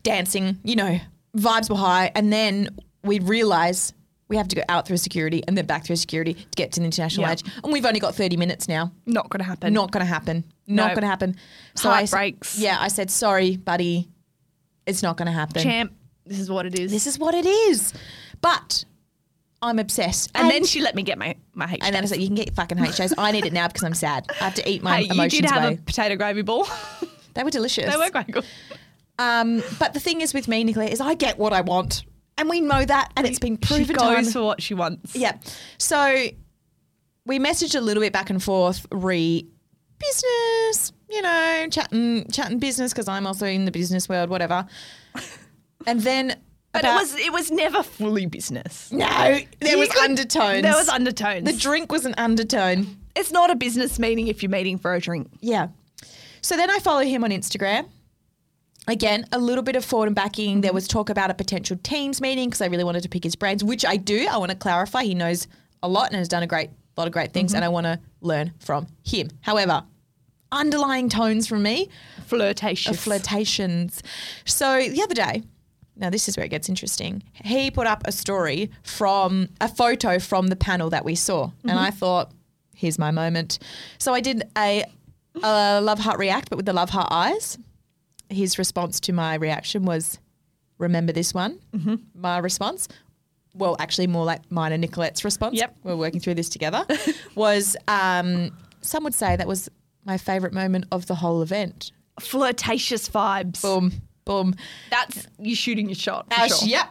B: dancing, you know, vibes were high. And then we realize we have to go out through security and then back through security to get to the international
A: Yeah.
B: edge. And we've only got 30 minutes now.
A: not gonna happen.
B: Not going to happen. Not
A: No.
B: going to happen. I s-
A: Heartbreaks.
B: yeah, I said, sorry, buddy. It's not going to happen.
A: champ. This is what it is.
B: This is what it is. But I'm obsessed.
A: and, then she let me get my my hate.
B: and then I said, you can get fucking hate shows. I need it now because I'm sad. I have to eat my
A: hey, you
B: emotions
A: did have
B: away.
A: a potato gravy ball.
B: They were delicious.
A: they were quite good.
B: Um, but the thing is with me, Nicola, is I get what I want, and we know that, and it's been proven.
A: she
B: time-
A: goes for what she wants.
B: Yeah. So we messaged a little bit back and forth re business, you know, chatting chatting business because I'm also in the business world, whatever. And then,
A: But
B: about-
A: it was it was never fully business.
B: no, there
A: You
B: was
A: could-
B: undertones.
A: There was undertones.
B: the drink was an undertone.
A: it's not a business meeting if you're meeting for a drink.
B: Yeah. So then I follow him on Instagram. Again, a little bit of forward and backing. There was talk about a potential teams meeting because I really wanted to pick his brains, which I do. I want to clarify. He knows a lot and has done a great lot of great things, and I want to learn from him. However, underlying tones from me
A: Flirtatious.
B: of flirtations. So the other day, now this is where it gets interesting. He put up a story from a photo from the panel that we saw, and I thought, here's my moment. So I did a, a love heart react, but with the love heart eyes. His response to my reaction was, "Remember this one." My response. Well, actually, more like mine and Nicolette's response.
A: Yep.
B: We're working through this together. was um, some would say that was my favorite moment of the whole event
A: flirtatious vibes.
B: boom, boom.
A: That's you shooting your shot. for
B: Ash,
A: sure.
B: yep.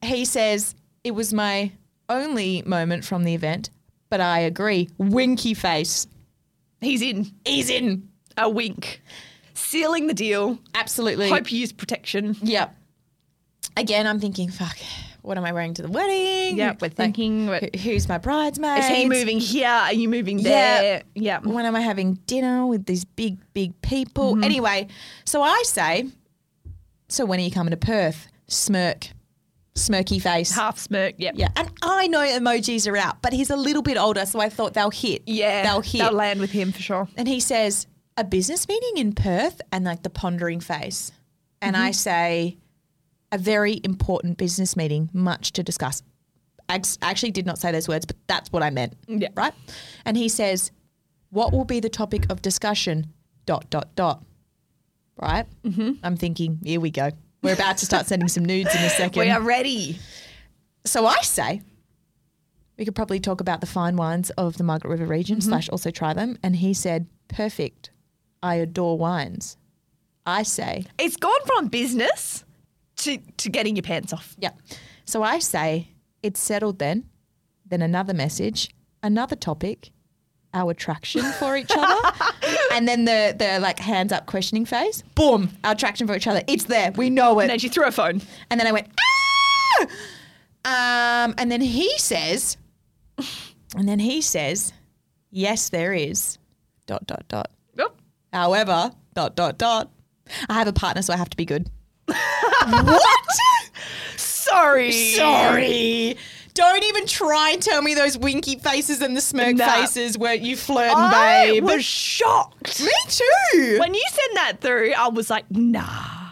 B: He says, it was my only moment from the event, but I agree. Winky face.
A: He's in
B: He's in.
A: a wink, sealing the deal.
B: Absolutely.
A: Hope you use protection.
B: Yep. Again, I'm thinking, fuck, what am I wearing to the wedding?
A: Yep, we're
B: Like,
A: thinking, we're-
B: who- who's my bridesmaid?
A: Is he moving here? Are you moving
B: Yeah.
A: there? Yeah.
B: When am I having dinner with these big, big people?
A: Mm-hmm.
B: Anyway, so I say, so when are you coming to Perth? Smirk. Smirky face.
A: Half smirk. Yep.
B: Yeah, and I know emojis are out, but he's a little bit older, so I thought they'll hit.
A: Yeah.
B: they'll hit.
A: They'll land with him for sure.
B: and he says a business meeting in Perth, and like the pondering face, and
A: Mm-hmm.
B: I say a very important business meeting, much to discuss. I ex- actually did not say those words, but that's what I meant.
A: Yeah.
B: Right. And he says, "What will be the topic of discussion?" Dot dot dot. Right. Mm-hmm. I'm thinking, here we go. We're about to start sending some nudes in a second.
A: We are ready.
B: So I say we could probably talk about the fine wines of the Margaret River region, slash also try them. And he said, Perfect. I adore wines. I say,
A: It's gone from business to, to getting your pants off.
B: Yeah. So I say, It's settled then. Then another message, another topic, our attraction for each other. and then the, the like hands up questioning phase. Boom, our attraction for each other. It's there. We know it.
A: And then she threw a phone.
B: And then I went, ah! Um, and then he says, and then he says, yes, there is. Dot, dot, dot.
A: Yep.
B: However, dot, dot, dot. I have a partner, so I have to be good. what?
A: Sorry.
B: Sorry. Don't even try and tell me those winky faces and the smirk
A: Nah.
B: faces weren't you flirting,
A: I
B: babe.
A: was shocked.
B: me too.
A: When you sent that through, I was like, nah.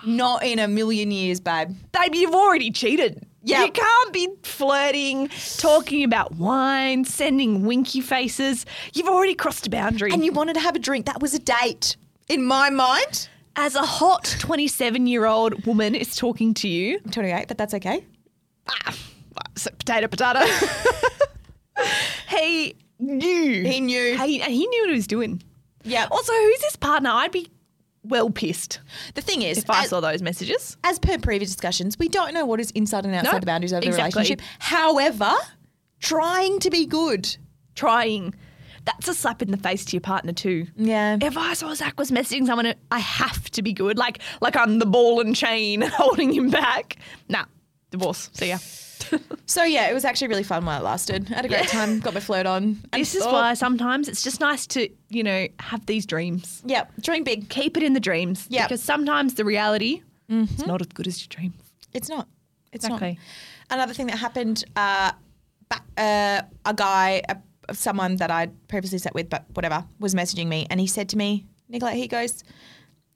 B: Not in a million years, babe.
A: Babe, you've already cheated.
B: Yeah.
A: You can't be flirting, talking about wine, sending winky faces. You've already crossed a boundary.
B: And you wanted to have a drink. That was a date. In my mind,
A: As a hot 27 year old woman is talking to you,
B: I'm 28, but that's okay.
A: ah, so potato, potato. he knew.
B: He knew.
A: He, and he knew what he was doing.
B: Yeah.
A: Also, who's his partner? I'd be well pissed
B: The thing is,
A: if I
B: as,
A: saw those messages.
B: as per previous discussions, we don't know what is inside and outside
A: No,
B: the boundaries of
A: exactly.
B: the relationship. However, trying to be good.
A: Trying. That's a slap in the face to your partner, too.
B: Yeah.
A: If I saw Zach was messaging someone, who- I have to be good. Like, like I'm the ball and chain holding him back. Nah, divorce. See ya.
B: So yeah, it was actually really fun while it lasted. I had a great time, got my flirt on. and oh,
A: This is
B: thought-
A: why sometimes it's just nice to, you know, have these dreams.
B: Yeah, dream big.
A: Keep it in the dreams.
B: Yeah.
A: Because sometimes the reality
B: Mm-hmm.
A: is not as good as your dreams.
B: It's not. It's
A: Exactly.
B: not. Another thing that happened, uh, ba- uh, a guy, a, someone that I previously sat with, but whatever, was messaging me, and he said to me, Nicolette, he goes,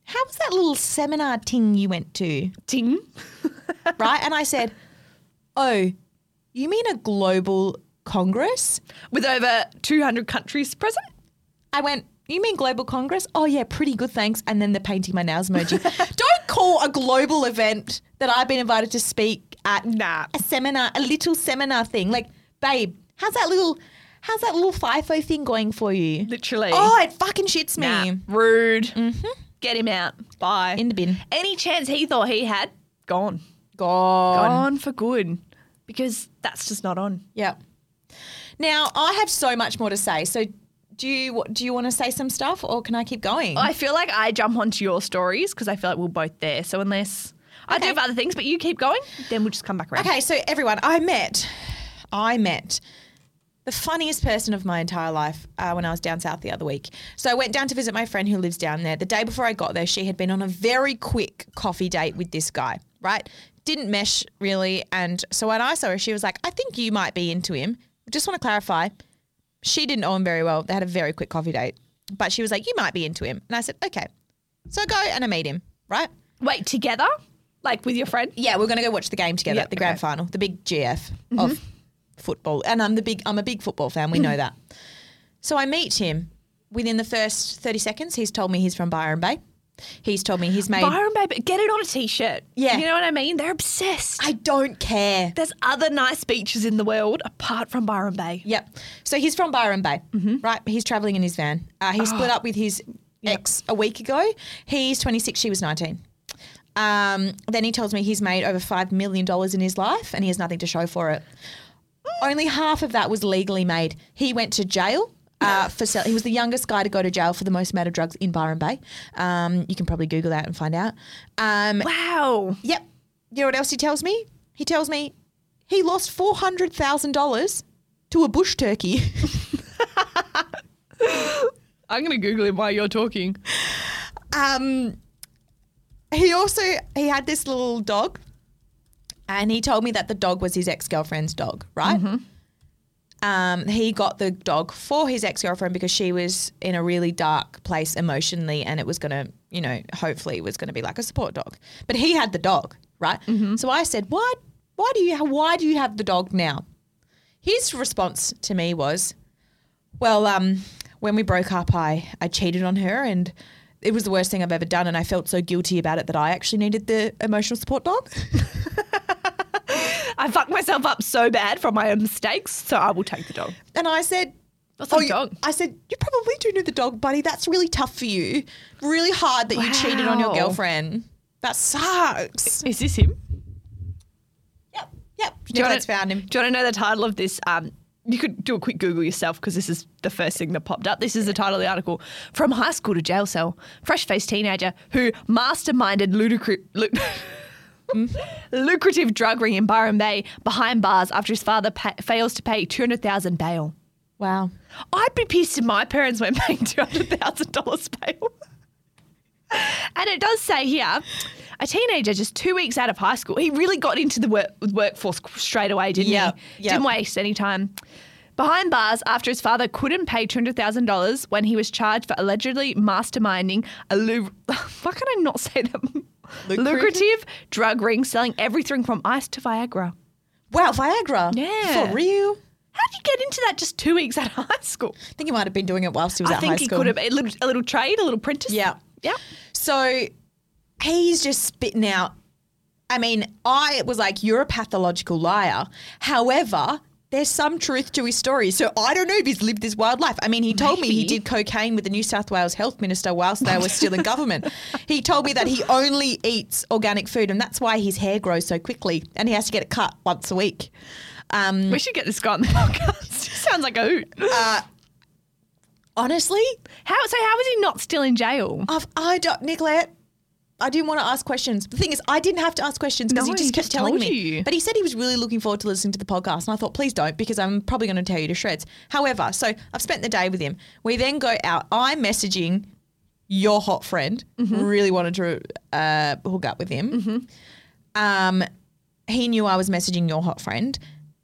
B: "How was that little seminar ting you went to?"
A: Ting.
B: right? And I said, Oh, you mean a global congress?
A: With over 200 countries present.
B: I went, You mean global congress? Oh, yeah, pretty good, thanks. And then the painting my nails emoji. Don't call a global event that I've been invited to speak at
A: Nah.
B: a seminar, a little seminar thing. Like, babe, how's that little. How's that little FIFO thing going for you?
A: Literally.
B: Oh, it fucking shits me.
A: Nah. Rude. Get him out. Bye.
B: In the bin.
A: Any chance he thought he had, gone.
B: God.
A: Gone for good. Because that's just not on.
B: Yeah. Now I have so much more to say. So do you do you want to say some stuff, or can I keep going?
A: I feel like I jump onto your stories because I feel like we're both there. So unless I do
B: Okay.
A: have other things, but you keep going, then we'll just come back around.
B: Okay, so everyone, I met, I met the funniest person of my entire life uh, when I was down south the other week. So I went down to visit my friend who lives down there. The day before I got there, she had been on a very quick coffee date with this guy, right? Didn't mesh really. And so when I saw her, she was like, I think you might be into him. Just want to clarify. She didn't know him very well. They had a very quick coffee date. But she was like, You might be into him. And I said, Okay. So I go and I meet him, right?
A: Wait, together? Like with your friend?
B: Yeah, we're going to go watch the game together,
A: Yep,
B: the grand
A: okay. Mm-hmm.
B: final, the big GF of football. And I'm the big I'm a big football fan, we know that. So I meet him within the first 30 seconds, he's told me he's from Byron Bay. He's told me he's made
A: Byron Baby, get it on a t shirt.
B: Yeah.
A: You know what I mean? They're obsessed.
B: I don't care.
A: There's other nice beaches in the world apart from Byron Bay.
B: Yep. So he's from Byron Bay, right? He's traveling in his van. Uh, he split up with his ex a week ago. He's 26, she was 19. Um, then he tells me he's made over $5 million in his life and he has nothing to show for it. Only half of that was legally made. He went to jail. Uh, for sell- he was the youngest guy to go to jail for the most amount of drugs in Byron Bay. Um, you can probably Google that and find out. Um,
A: Wow.
B: Yep. You know what else he tells me? He tells me he lost four hundred thousand dollars to a bush turkey.
A: I'm going to Google him while you're talking.
B: um, he also he had this little dog, and he told me that the dog was his ex girlfriend's dog. Right.
A: Mm-hmm.
B: Um, he got the dog for his ex girlfriend because she was in a really dark place emotionally, and it was gonna, you know, hopefully it was gonna be like a support dog. But he had the dog, right? So I said, "Why? Why do you? Why do you have the dog now?" His response to me was, Well, um, when we broke up, I, I cheated on her and it was the worst thing I've ever done. And I felt so guilty about it that I actually needed the emotional support dog.
A: I fucked myself up so bad from my own mistakes, so I will take the dog.
B: And I said,
A: That's a
B: you-
A: dog.
B: I said, You probably do need the dog, buddy. That's really tough for you. Really hard that you cheated on your
A: Wow.
B: girlfriend. That sucks.
A: Is this him?
B: Yep. Yep.
A: Do you wanna-
B: Nicolette's found him.
A: Do you want to know the title of this? Um, you could do a quick Google yourself because this is the first thing that popped up. This is the title of the article: "From High School to Jail Cell: Fresh-faced teenager who masterminded ludicrous." Mm-hmm. Lucrative drug ring in Byron Bay behind bars after his father pa- fails to pay two hundred thousand bail.
B: Wow.
A: I'd be pissed if my parents weren't paying two hundred thousand dollars bail. and it does say here, a teenager just two weeks out of high school, he really got into the work, workforce straight away, didn't
B: Yep,
A: he?
B: yep.
A: Didn't waste any time. Behind bars after his father couldn't pay two hundred thousand dollars when he was charged for allegedly masterminding a lu- why can I not say that
B: Lucrative?
A: lucrative drug ring selling everything from ice to Viagra.
B: Wow, Viagra.
A: Yeah.
B: For real.
A: How'd you get into that just two weeks out of high school?
B: I think he might have been doing it whilst he was
A: I
B: at
A: think
B: high
A: he
B: school.
A: could have a little, a little trade, a little apprentice.
B: Yeah.
A: yeah.
B: So he's just spitting out. I mean, I was like, you're a pathological liar. However, there's some truth to his story. So I don't know if he's lived this wild life. I mean, he told me he
A: Maybe.
B: did cocaine with the New South Wales health minister whilst they were still in government. He told me that he only eats organic food and that's why his hair grows so quickly and he has to get it cut once a week. Um,
A: We should get this guy on the podcast. Sounds like a hoot.
B: honestly,
A: How so? How is he not still in jail?
B: I've, I don't, Nicolette, I didn't want to ask questions. The thing is, I didn't have to ask questions because
A: No,
B: he just
A: he
B: kept
A: just
B: telling
A: told
B: me.
A: you.
B: But he said he was really looking forward to listening to the podcast, and I thought, please don't, because I'm probably going to tear you to shreds. However, so I've spent the day with him. We then go out. I'm messaging your hot friend.
A: Mm-hmm.
B: Really wanted to uh, hook up with him. Um, he knew I was messaging your hot friend,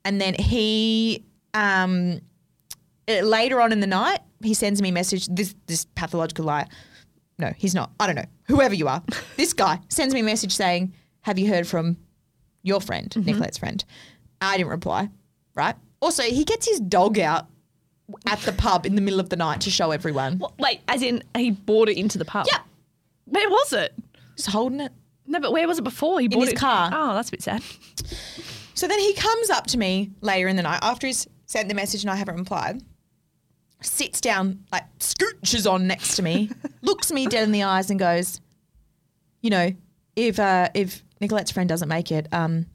B: and then he um, uh, later on in the night, he sends me a message. This this pathological liar. No, he's not. I don't know. Whoever you are, this guy sends me a message saying, "Have you heard from your friend, Nicolette's friend?" I didn't reply. Right. Also, he gets his dog out at the pub in the middle of the night to show everyone.
A: What, like, as in he bought it into the pub?
B: Yeah,
A: Where was it?
B: just holding it.
A: No, but where was it before? He bought
B: his
A: it
B: car.
A: Oh, that's a bit sad.
B: So then he comes up to me later in the night after he's sent the message and I haven't replied. Sits down, like scooches on next to me, looks me dead in the eyes and goes, "You know, if uh, if Nicolette's friend doesn't make it, um,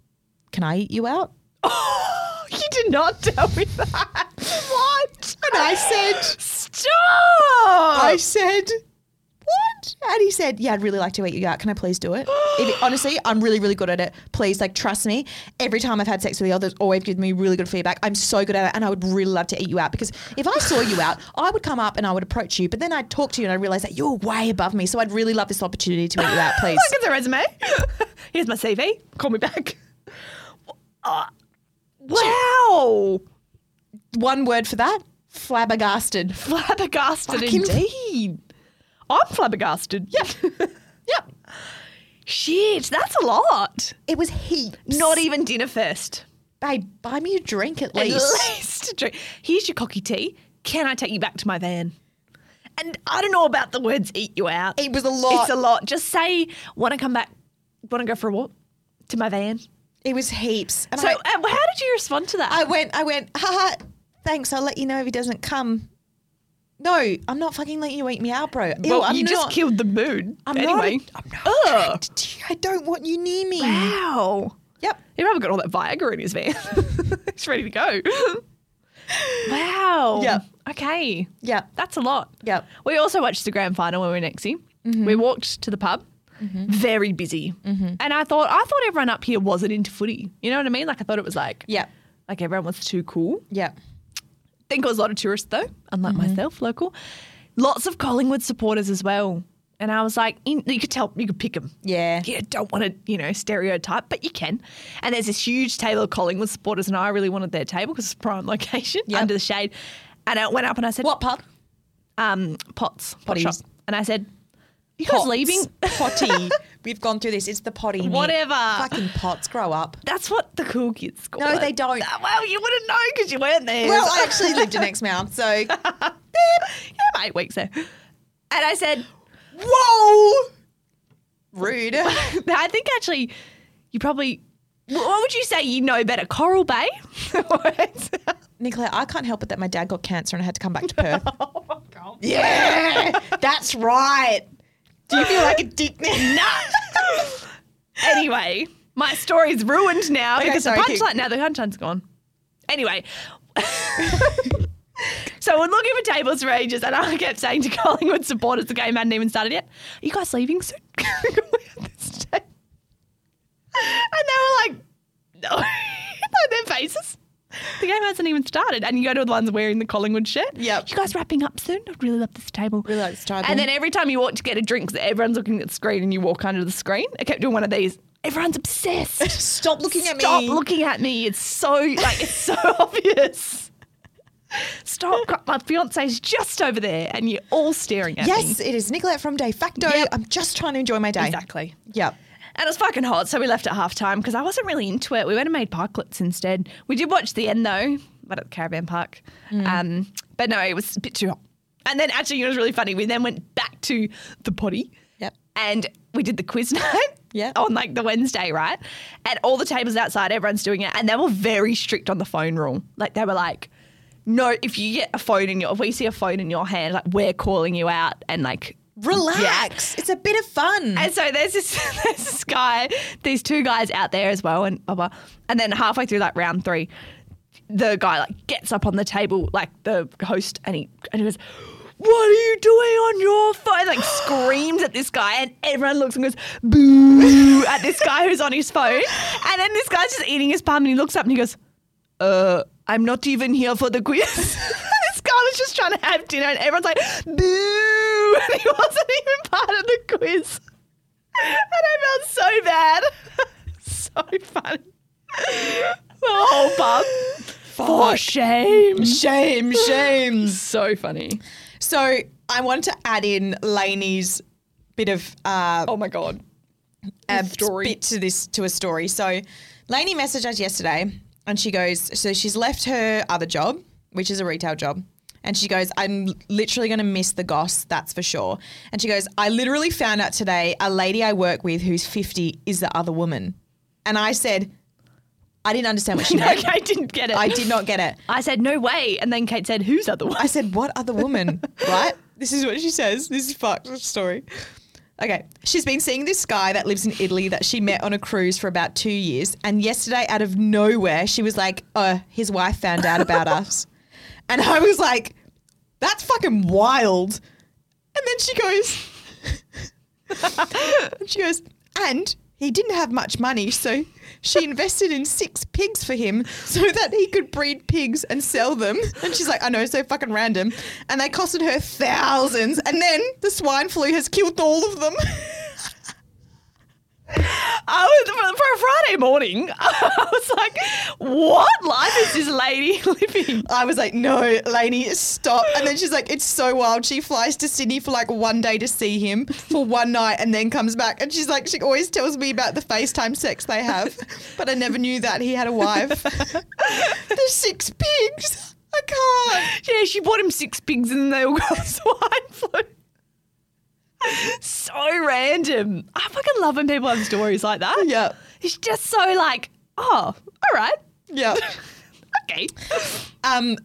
B: can I eat you out?"
A: Oh, you did not tell me that. What?
B: And I said,
A: Stop!
B: Oh. "I said, what? And he said, "Yeah, I'd really like to eat you out. Can I please do it? If it- honestly, I'm really, really good at it. Please, like, trust me. Every time I've had sex with the others, always given me really good feedback. I'm so good at it, and I would really love to eat you out because if I saw you out, I would come up and I would approach you, but then I'd talk to you and I realize that you're way above me. So I'd really love this opportunity to eat you out, please.
A: Look, it's a resume. Here's my CV. Call me back. Uh, wow.
B: One word for that: flabbergasted.
A: Flabbergasted
B: Fucking-
A: indeed. I'm flabbergasted. Yep.
B: Yep,
A: Shit, that's a lot.
B: it was heaps.
A: Not even dinner first.
B: babe. Buy me a drink at
A: At
B: least.
A: least a drink. Here's your cocky tea. Can I take you back to my van? And I don't know about the words eat you out.
B: It was a lot.
A: It's a lot. Just say, want to come back, want to go for a walk to my van.
B: It was heaps. And
A: So,
B: I-
A: uh, how did you respond to that?
B: I went, I went, haha, thanks, I'll let you know if he doesn't come. No, I'm not fucking letting you eat me out, bro. Ew,
A: well,
B: I'm
A: you
B: not,
A: just killed the mood.
B: I'm
A: anyway.
B: not, I'm not
A: Ugh.
B: attracted to you. I don't want you near me.
A: Wow.
B: Yep.
A: He probably got all that Viagra in his van. He's ready to go. wow.
B: Yep.
A: Okay.
B: Yep.
A: That's a lot.
B: Yep. Mm-hmm.
A: We also watched the grand final when we were in Exie. We walked to the pub. Very busy. And I thought I thought everyone up here wasn't into footy. You know what I mean? Like I thought it was like
B: Yep.
A: like everyone was too cool.
B: Yep.
A: Think it was a lot of tourists though, unlike
B: Mm-hmm.
A: myself, local. Lots of Collingwood supporters as well. And I was like, you you could tell, you could pick them
B: Yeah.
A: yeah, don't want to, you know, stereotype, but you can. And there's this huge table of Collingwood supporters, and I really wanted their table because it's prime location
B: Yep.
A: under the shade. And I went up and I said,
B: What pub?
A: Um, Potts, pot
B: Potties.
A: shop. And I said, you guys
B: Pots.
A: leaving?
B: Potty. We've gone through this. It's the potty. Nick.
A: Whatever.
B: Fucking pots. Grow up.
A: That's what the cool kids call
B: No,
A: it.
B: they don't.
A: Well, you wouldn't know because you weren't there.
B: Well, I actually lived in Exmouth, so
A: you have eight weeks there. And I said,
B: whoa, rude.
A: I think actually, you probably. What would you say you know better, Coral Bay?
B: Nicola, I can't help it that my dad got cancer and I had to come back to Perth.
A: oh my god!
B: Yeah, that's right. Do you feel like a dick now?
A: anyway, my story's ruined now because
B: sorry,
A: the
B: keep-
A: punchline now the punchline's gone. Anyway. so we're looking for tables for ages, and I kept saying to Collingwood supporters, the game hadn't even started yet, Are you guys leaving soon? Can we have this table?" and they were like, No. Like, their faces. The game hasn't even started. And you go to the ones wearing the Collingwood shirt.
B: Yep.
A: You guys wrapping up soon? I'd really love this table.
B: Really like this table.
A: And then every time you walk to get a drink, 'cause everyone's looking at the screen and you walk under the screen. I kept doing one of these. Everyone's obsessed.
B: Stop looking at me.
A: Stop looking at me. It's so like it's so obvious. Stop. God, My fiance's just over there and you're all staring at me.
B: Yes, it is Nicolette from De Facto.
A: Yep.
B: I'm just trying to enjoy my day.
A: Exactly.
B: Yep.
A: And it was fucking hot, so we left at half time because I wasn't really into it. We went and made parklets instead. We did watch the end though, but at the caravan park.
B: Mm.
A: Um, but no, it was a bit too hot. And then actually, it was really funny. We then went back to the potty.
B: Yep.
A: And we did the quiz night.
B: Yeah.
A: On like the Wednesday, right? And all the tables outside, everyone's doing it, and they were very strict on the phone rule. Like they were like. No, if you get a phone in your, if we see a phone in your hand, like we're calling you out and like
B: Relax. It's a bit of fun.
A: and so there's this, there's this guy, these two guys out there as well, and blah, blah. and then halfway through like round three, the guy like gets up on the table, like the host, and he and he goes, "What are you doing on your phone?" Like screams at this guy, and everyone looks and goes, "Boo!" at this guy who's on his phone, and then this guy's just eating his palm, and he looks up and he goes, "Uh, I'm not even here for the quiz." This guy was just trying to have dinner and everyone's like, boo! And he wasn't even part of the quiz and I felt so bad. so fun. The whole pub. For shame.
B: shame, shame.
A: So funny.
B: So I want to add in Laney's bit of uh,
A: Oh my god.
B: a
A: story.
B: bit to this to a story. So Lainey messaged us yesterday and she goes, so she's left her other job, which is a retail job. And she goes, I'm literally going to miss the goss, that's for sure. And she goes, I literally found out today a lady I work with who's 50 is the other woman. And I said, I didn't understand what she meant.
A: Okay, I didn't get it.
B: I did not get it.
A: I said no way, and then Kate said, "Who's other one?"
B: I said, "What other woman?" right? This is what she says. This is fucked story. Okay, she's been seeing this guy that lives in Italy that she met on a cruise for about two years, and yesterday, out of nowhere, she was like, "Oh, his wife found out about us," and I was like, "That's fucking wild." And then she goes, And she goes, and he didn't have much money, so she invested in six pigs for him so that he could breed pigs and sell them. And she's like, I know, so fucking random. And they costed her thousands. And then the swine flu has killed all of them.
A: I was, for, for a Friday morning, I was like, what life is this lady living?
B: I was like, no, Lainey, stop. And then she's like, it's so wild. She flies to Sydney for like one day to see him for one night and then comes back. And she's like, she always tells me about the FaceTime sex they have, but I never knew that he had a wife. the six pigs. I can't.
A: Yeah, she bought him six pigs and they all got swine flu. So random. I fucking love when people have stories like that.
B: Yeah.
A: It's just so like, oh, all right.
B: Yeah.
A: Okay.
B: Um,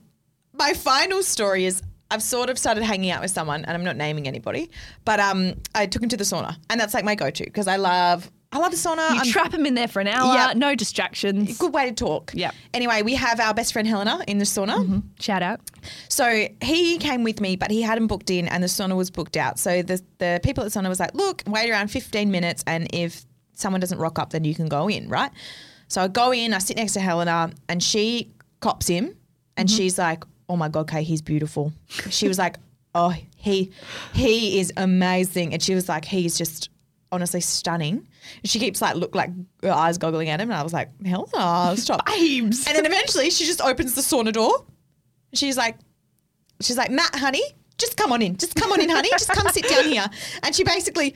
B: my final story is I've sort of started hanging out with someone, and I'm not naming anybody, but um, I took him to the sauna, and that's like my go-to because I love I love the sauna.
A: You
B: I'm-
A: trap him in there for an hour,
B: Yep.
A: no distractions.
B: Um, Good way to talk.
A: Yep.
B: Anyway, we have our best friend Helena in the sauna.
A: Shout out.
B: So he came with me, but he hadn't booked in, and the sauna was booked out. So the the people at the sauna was like, "Look, wait around 15 minutes, and if someone doesn't rock up, then you can go in, right?" So I go in, I sit next to Helena, and she cops him, and she's like, "Oh my god, Kay, he's beautiful." She was like, "Oh, he he is amazing," and she was like, "He's just." Honestly, stunning. She keeps like look like her eyes goggling at him, and I was like, "Helena, stop!"
A: Babes.
B: And then eventually she just opens the sauna door. She's like, she's like, Matt, honey, just come on in. Just come on in, honey. Just come sit down here. And she basically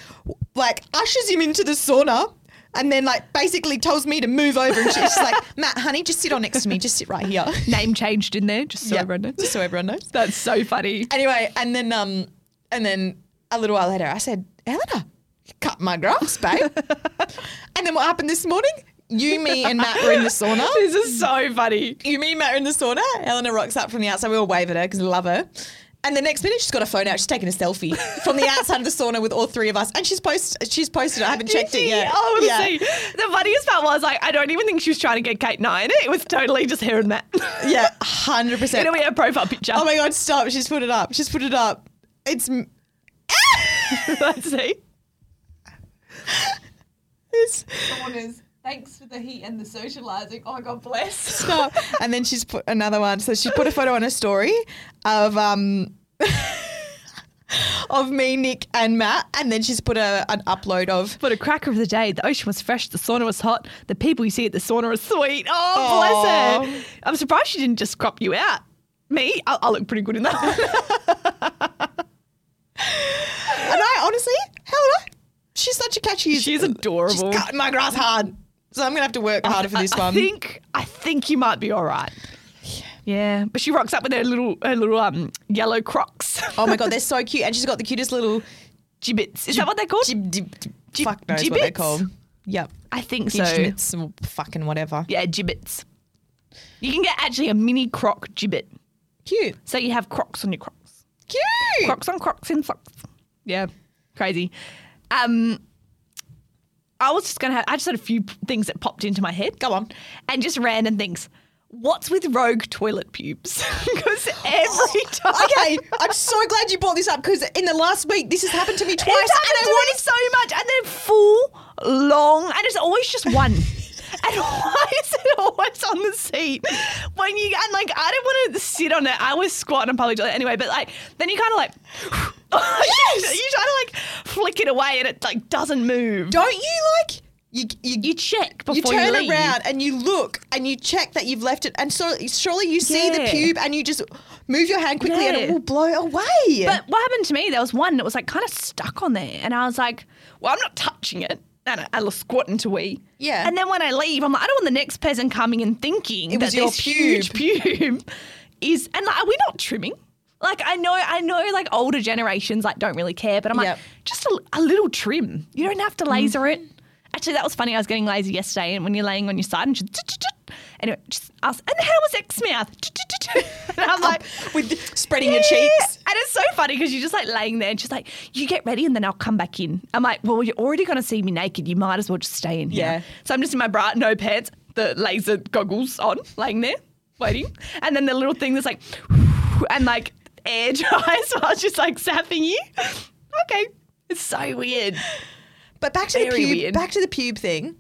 B: like ushers him into the sauna and then like basically tells me to move over. And she's like, Matt, honey, just sit on next to me. Just sit right here.
A: Name changed in there, just so
B: Yeah,
A: everyone knows.
B: Just so everyone knows.
A: That's so funny.
B: Anyway, and then um, and then a little while later, I said, Helena, cut my grass, babe. and then what happened this morning? You, me, and Matt were in the sauna.
A: This is so funny.
B: you mean Matt in the sauna? Eleanor rocks up from the outside. We all wave at her because we love her. And the next minute, she's got her phone out. She's taking a selfie from the outside of the sauna with all three of us. And she's post, she's posted it. I haven't checked it
A: Gee,
B: yet.
A: Oh,
B: Yeah.
A: see. The funniest part was like, I don't even think she was trying to get Kate Nye in it. It was totally just her and Matt.
B: Yeah, 100%.
A: It'll be her profile picture.
B: oh my God, stop. She's put it up. She's put it up. It's,
A: Let's see.
B: it's
A: Thanks for the heat and the socializing. Oh, God bless.
B: stop. and then she's put another one. So she put a photo on her story of, um, of me, Nick, and Matt. And then she's put a, an upload of
A: But a cracker of the day. The ocean was fresh. The sauna was hot. The people you see at the sauna are sweet. Oh, bless her. I'm surprised she didn't just crop you out. Me, I, I look pretty good in that one.
B: And I honestly, Helena, she's such a catchy.
A: She's adorable.
B: She's cutting my grass hard. So I'm gonna have to work harder for this
A: I,
B: one.
A: I think I think you might be all right. Yeah, but she rocks up with her little her little um yellow Crocs
B: oh my god, they're so cute, and she's got the cutest little.
A: gibbets. Is that what they're called?
B: Jib, jib, jib,
A: Jib-
B: fuck knows what they're
A: gibbets?
B: called. Yep.
A: I think so.
B: Gibbets or fucking whatever.
A: Yeah, gibbets. You can get actually a mini Croc gibbet,
B: Cute.
A: so you have Crocs on your Crocs.
B: Cute.
A: Crocs on Crocs in socks. Yeah, crazy. Um, I was just gonna. Have, I just had a few p- things that popped into my head. Go on, and just random things. What's with rogue toilet pubes? Because every time.
B: Okay, I'm so glad you brought this up because in the last week this has happened to me twice,
A: It's happened
B: and I
A: to me
B: wanted
A: so much, and they're full, long, and it's always just one. and why is it always on the seat? When you and like, I don't want to sit on it. I always squat and apologize anyway. But like, then you kind of like, yes! you try to like flick it away, and it like doesn't move.
B: Don't you like you you
A: You check before
B: you
A: you,
B: turn
A: leave.
B: around and you look and you check that you've left it, and so surely you see the
A: Yeah.
B: pube and you just move your hand quickly and it
A: Yeah.
B: will blow away.
A: But what happened to me? There was one that was like kind of stuck on there, and I was like, "Well, I'm not touching it." And I, I was squatting to wee.
B: Yeah.
A: And then when I leave, I'm like, I don't want the next person coming and thinking
B: It
A: that
B: was your
A: this huge pube is. And like, are we not trimming? Like I know, I know, like older generations like don't really care, but I'm
B: Yep. Mm.
A: like, just a, a little trim. You don't have to laser it. Actually, that was funny. I was getting lazy yesterday, and when you're laying on your side and just, anyway, just ask, and how was X mouth? And I'm like,
B: with spreading your
A: yeah.
B: cheeks.
A: And it's so funny because you're just like laying there and she's like, you get ready and then I'll come back in. I'm like, well, you're already going to see me naked. You might as well just stay in here.
B: Yeah.
A: So I'm just in my bra, no pants, the laser goggles on, laying there, waiting. And then the little thing that's like, and like air dries while she's like sapping you. Okay. It's so weird.
B: But back to the
A: Very
B: pube,
A: weird.
B: back to the pube thing.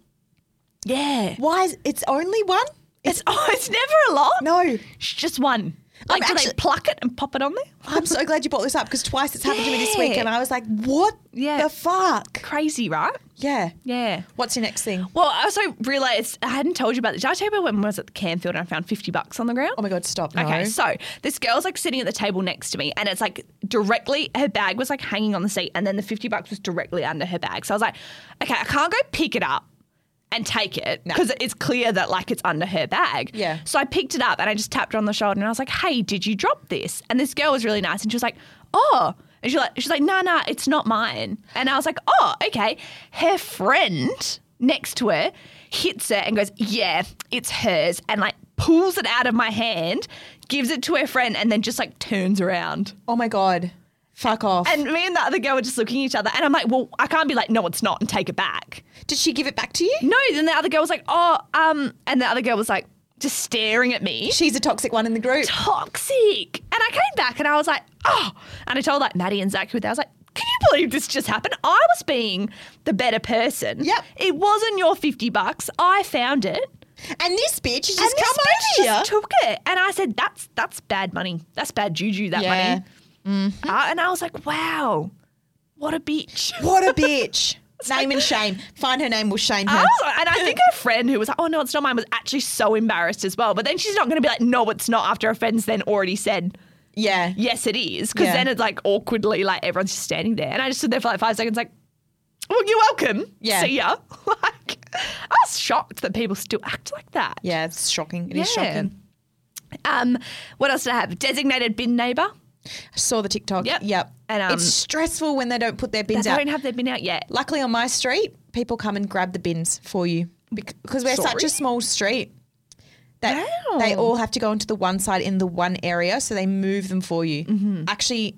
A: Yeah.
B: Why is it's only one?
A: It's oh, it's never a lot.
B: No,
A: It's just one. Like, do
B: actually-
A: they pluck it and pop it on there?
B: I'm so glad you brought this up because twice it's happened to me this week,
A: Yeah.
B: and I was like, "What
A: Yeah.
B: the fuck?"
A: Crazy, right?
B: Yeah.
A: Yeah.
B: What's your next thing?
A: Well, I also realised I hadn't told you about this. Did I tell you about when I was at the Canfield and I found 50 bucks on the ground?
B: Oh my god, stop! No.
A: Okay, so this girl's like sitting at the table next to me, and it's like directly her bag was like hanging on the seat, and then the fifty bucks was directly under her bag. So I was like, okay, I can't go pick it up and take it because it's clear that like it's under her bag.
B: Yeah.
A: So I picked it up and I just tapped her on the shoulder, and I was like, hey, did you drop this? And this girl was really nice, and she was like, oh. And she's like, she's like, nah, nah, it's not mine. And I was like, oh, okay. Her friend next to her hits her and goes, yeah, it's hers, and like pulls it out of my hand, gives it to her friend, and then just like turns around.
B: oh my god, fuck off!
A: And me and the other girl were just looking at each other, and I'm like, well, I can't be like, no, it's not, and take it back.
B: Did she give it back to you?
A: No, then the other girl was like, oh, um, and the other girl was like, just staring at me.
B: She's a toxic one in the group.
A: Toxic. And I came back and I was like, oh. And I told like Maddie and Zach who were there, I was like, can you believe this just happened? I was being the better person.
B: Yep.
A: It wasn't your 50 bucks. I found it.
B: And this bitch has just
A: this
B: come
A: bitch
B: over here.
A: just took it, and I said, "That's that's bad money. That's bad juju. That
B: Yeah.
A: money." Uh, and I was like, "Wow, what a bitch!"
B: what a bitch! name and shame. Find her name. We'll shame
A: I
B: her.
A: was- Oh, and I think her friend who was like, "Oh no, it's not mine," was actually so embarrassed as well. But then she's not going to be like, "No, it's not," after her friend's then already said,
B: yeah.
A: "Yes, it is," because
B: Yeah.
A: then it's like awkwardly, like everyone's just standing there, and I just stood there for like five seconds, like, "Well, you're welcome.
B: Yeah.
A: See ya." Like, I was shocked that people still act like that.
B: Yeah. It's shocking. It is
A: Yeah.
B: shocking.
A: Um, what else did I have? Designated bin neighbor.
B: I saw the TikTok.
A: Yep.
B: Yep.
A: And, um,
B: it's stressful when they don't put their
A: They
B: bins out.
A: don't have their bin out yet.
B: Luckily, on my street, people come and grab the bins for you because we're such a
A: Sorry?
B: small street. That
A: Wow.
B: They all have to go onto the one side in the one area, so they move them for you.
A: Mm-hmm.
B: Actually,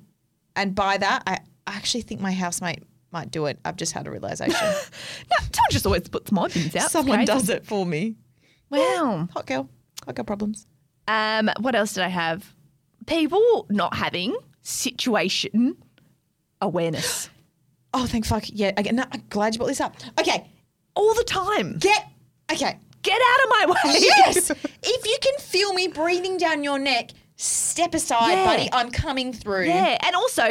B: and by that, I I actually think my house might might do it. I've just had a realization.
A: No, Tom just always puts my bins out. It's
B: Someone
A: crazy.
B: does it for me.
A: Wow.
B: Hot girl, hot girl problems.
A: Um, what else did I have? People not having situation awareness
B: Oh, thank fuck! Yeah, again, no, I'm glad you brought this up. Okay,
A: all the time.
B: get okay.
A: Get out of my way.
B: Yes. if you can feel me breathing down your neck, step aside,
A: Yeah.
B: buddy. I'm coming through.
A: Yeah, and also,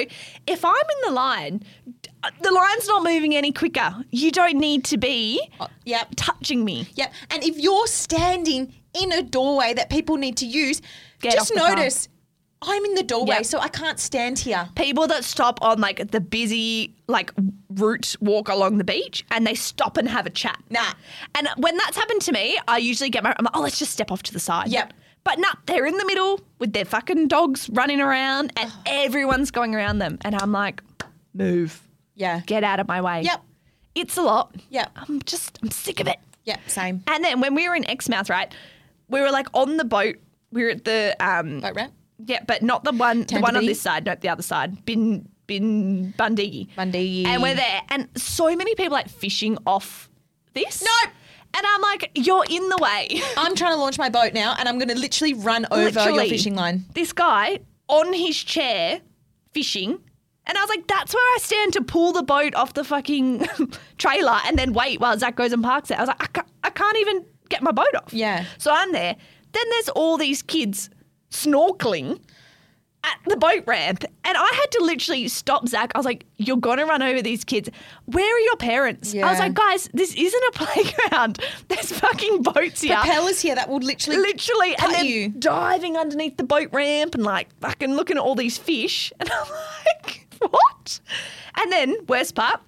A: if I'm in the line, d- uh, the line's not moving any quicker. You don't need to be
B: Oh, yep.
A: touching me.
B: Yep. And if you're standing in a doorway that people need to use,
A: Get
B: just
A: off the
B: notice I'm in the doorway,
A: Yep.
B: so I can't stand here.
A: People that stop on like the busy like route walk along the beach and they stop and have a chat.
B: Nah.
A: And when that's happened to me, I usually get my I'm like, oh, let's just step off to the side.
B: Yep.
A: But nah, they're in the middle with their fucking dogs running around and everyone's going around them. And I'm like, move.
B: Yeah.
A: Get out of my way.
B: Yep.
A: It's a lot.
B: Yep.
A: I'm just I'm sick of it.
B: Yep. Same.
A: And then when we were in Exmouth, right, we were like on the boat. We were at the um
B: Boat ramp.
A: yeah, but not the one the one on
B: Tantabee?
A: this side, not the other side. Bin bin Bundigi.
B: Bundigi.
A: And we're there. And so many people like fishing off this.
B: No.
A: And I'm like, you're in the way.
B: I'm trying to launch my boat now, and I'm going to literally run over your
A: Literally.
B: fishing line.
A: This guy on his chair fishing. And I was like, that's where I stand to pull the boat off the fucking trailer and then wait while Zach goes and parks it. I was like, I can't, I can't even get my boat off.
B: Yeah.
A: So I'm there. Then there's all these kids snorkeling at the boat ramp. And I had to literally stop Zach. I was like, You're going to run over these kids. Where are your parents? I was
B: Yeah.
A: like, Guys, this isn't a playground. There's fucking boats here.
B: Propellers here that will literally.
A: Literally,
B: cut
A: and then
B: you.
A: diving underneath the boat ramp and like fucking looking at all these fish. And I'm like, what? And then, worst part,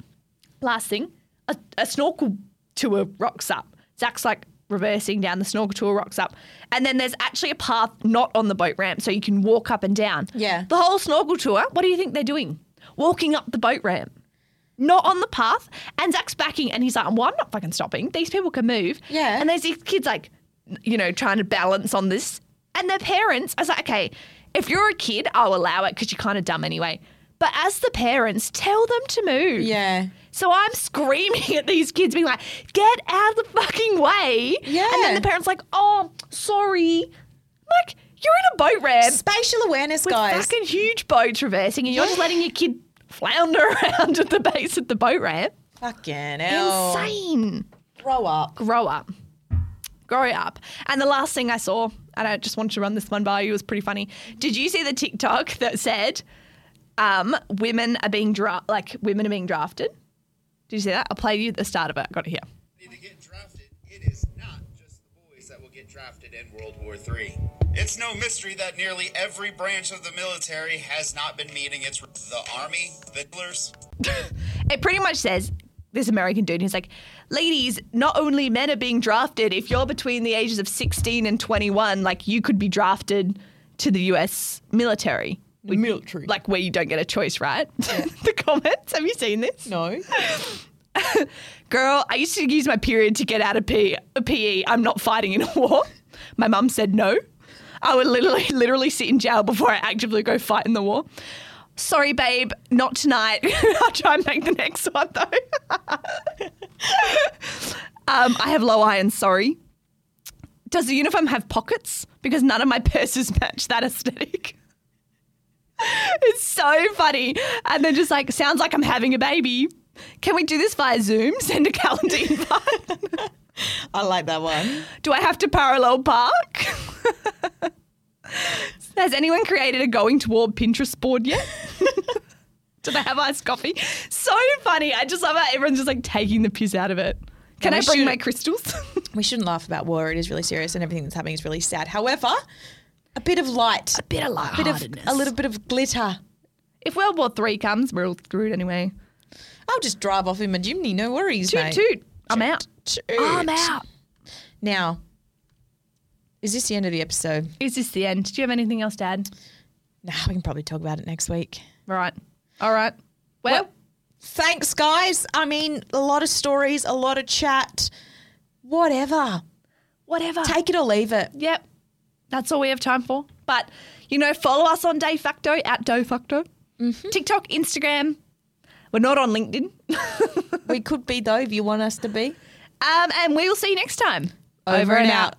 A: last thing, a, a snorkel tour rocks up. Zach's like reversing down, the snorkel tour rocks up. And then there's actually a path not on the boat ramp, so you can walk up and down.
B: Yeah.
A: The whole snorkel tour, what do you think they're doing? Walking up the boat ramp. Not on the path, and Zach's backing, and he's like, "Well, I'm not fucking stopping. These people can move."
B: Yeah.
A: And there's these kids like, you know, trying to balance on this. And their parents, I was like, okay, if you're a kid, I'll allow it because you're kind of dumb anyway. But as the parents, tell them to move.
B: yeah.
A: So I'm screaming at these kids, being like, get out of the fucking way.
B: Yeah.
A: And then the parents like, oh, sorry. I'm like, you're in a boat ramp
B: Spatial awareness,
A: with
B: guys.
A: fucking huge boats reversing and you're just letting your kid flounder around at the base of the boat ramp.
B: Fucking hell.
A: Insane.
B: Grow up.
A: Grow up. Grow up. And the last thing I saw, and I just wanted to run this one by you, it was pretty funny. Did you see the TikTok that said um, women are being dra- like women are being drafted? Did you see that? I'll play you the start of it. I got it here.
C: to get drafted, it is not just the boys that will get drafted in World War III. It's no mystery that nearly every branch of the military has not been meeting its the army, the killers,
A: It pretty much says this American dude. He's like, ladies, not only men are being drafted. If you're between the ages of 16 and 21, like you could be drafted to the U.S. military.
B: Military.
A: like where you don't get a choice, right? the comments. Have you seen this?
B: no.
A: Girl, I used to use my period to get out of P- PE. I'm not fighting in a war. My mum said no. I would literally, literally sit in jail before I actively go fight in the war. Sorry, babe, not tonight. I'll try and make the next one though. um, I have low iron. Sorry. Does the uniform have pockets? Because none of my purses match that aesthetic. It's so funny. And they're just like, sounds like I'm having a baby. Can we do this via Zoom? Send a calendar invite.
B: I like that one.
A: do I have to parallel park? Has anyone created a going to war Pinterest board yet? do they have iced coffee? So funny. I just love how everyone's just like taking the piss out of it. Can
B: Yeah,
A: I
B: we
A: bring
B: should-
A: my crystals?
B: We shouldn't laugh about war. It is really serious and everything that's happening is really sad. However, a bit of light. A
A: bit of
B: bit of a little bit of glitter.
A: If World War Three comes, we're all screwed anyway.
B: I'll just drive off in my chimney, no worries.
A: Toot
B: mate.
A: toot. I'm out.
B: Toot.
A: I'm out.
B: Now, is this the end of the episode?
A: Is this the end? Do you have anything else, Dad?
B: Nah, we can probably talk about it next week.
A: Right. All right. Well,
B: Well, thanks, guys. I mean, a lot of stories, a lot of chat, whatever.
A: whatever.
B: Take it or leave it.
A: Yep. That's all we have time for. But, you know, follow us on De Facto at De Facto.
B: Mm-hmm.
A: TikTok, Instagram. We're not on LinkedIn.
B: We could be, though, if you want us to be.
A: Um, and we will see you next time.
B: Over and out.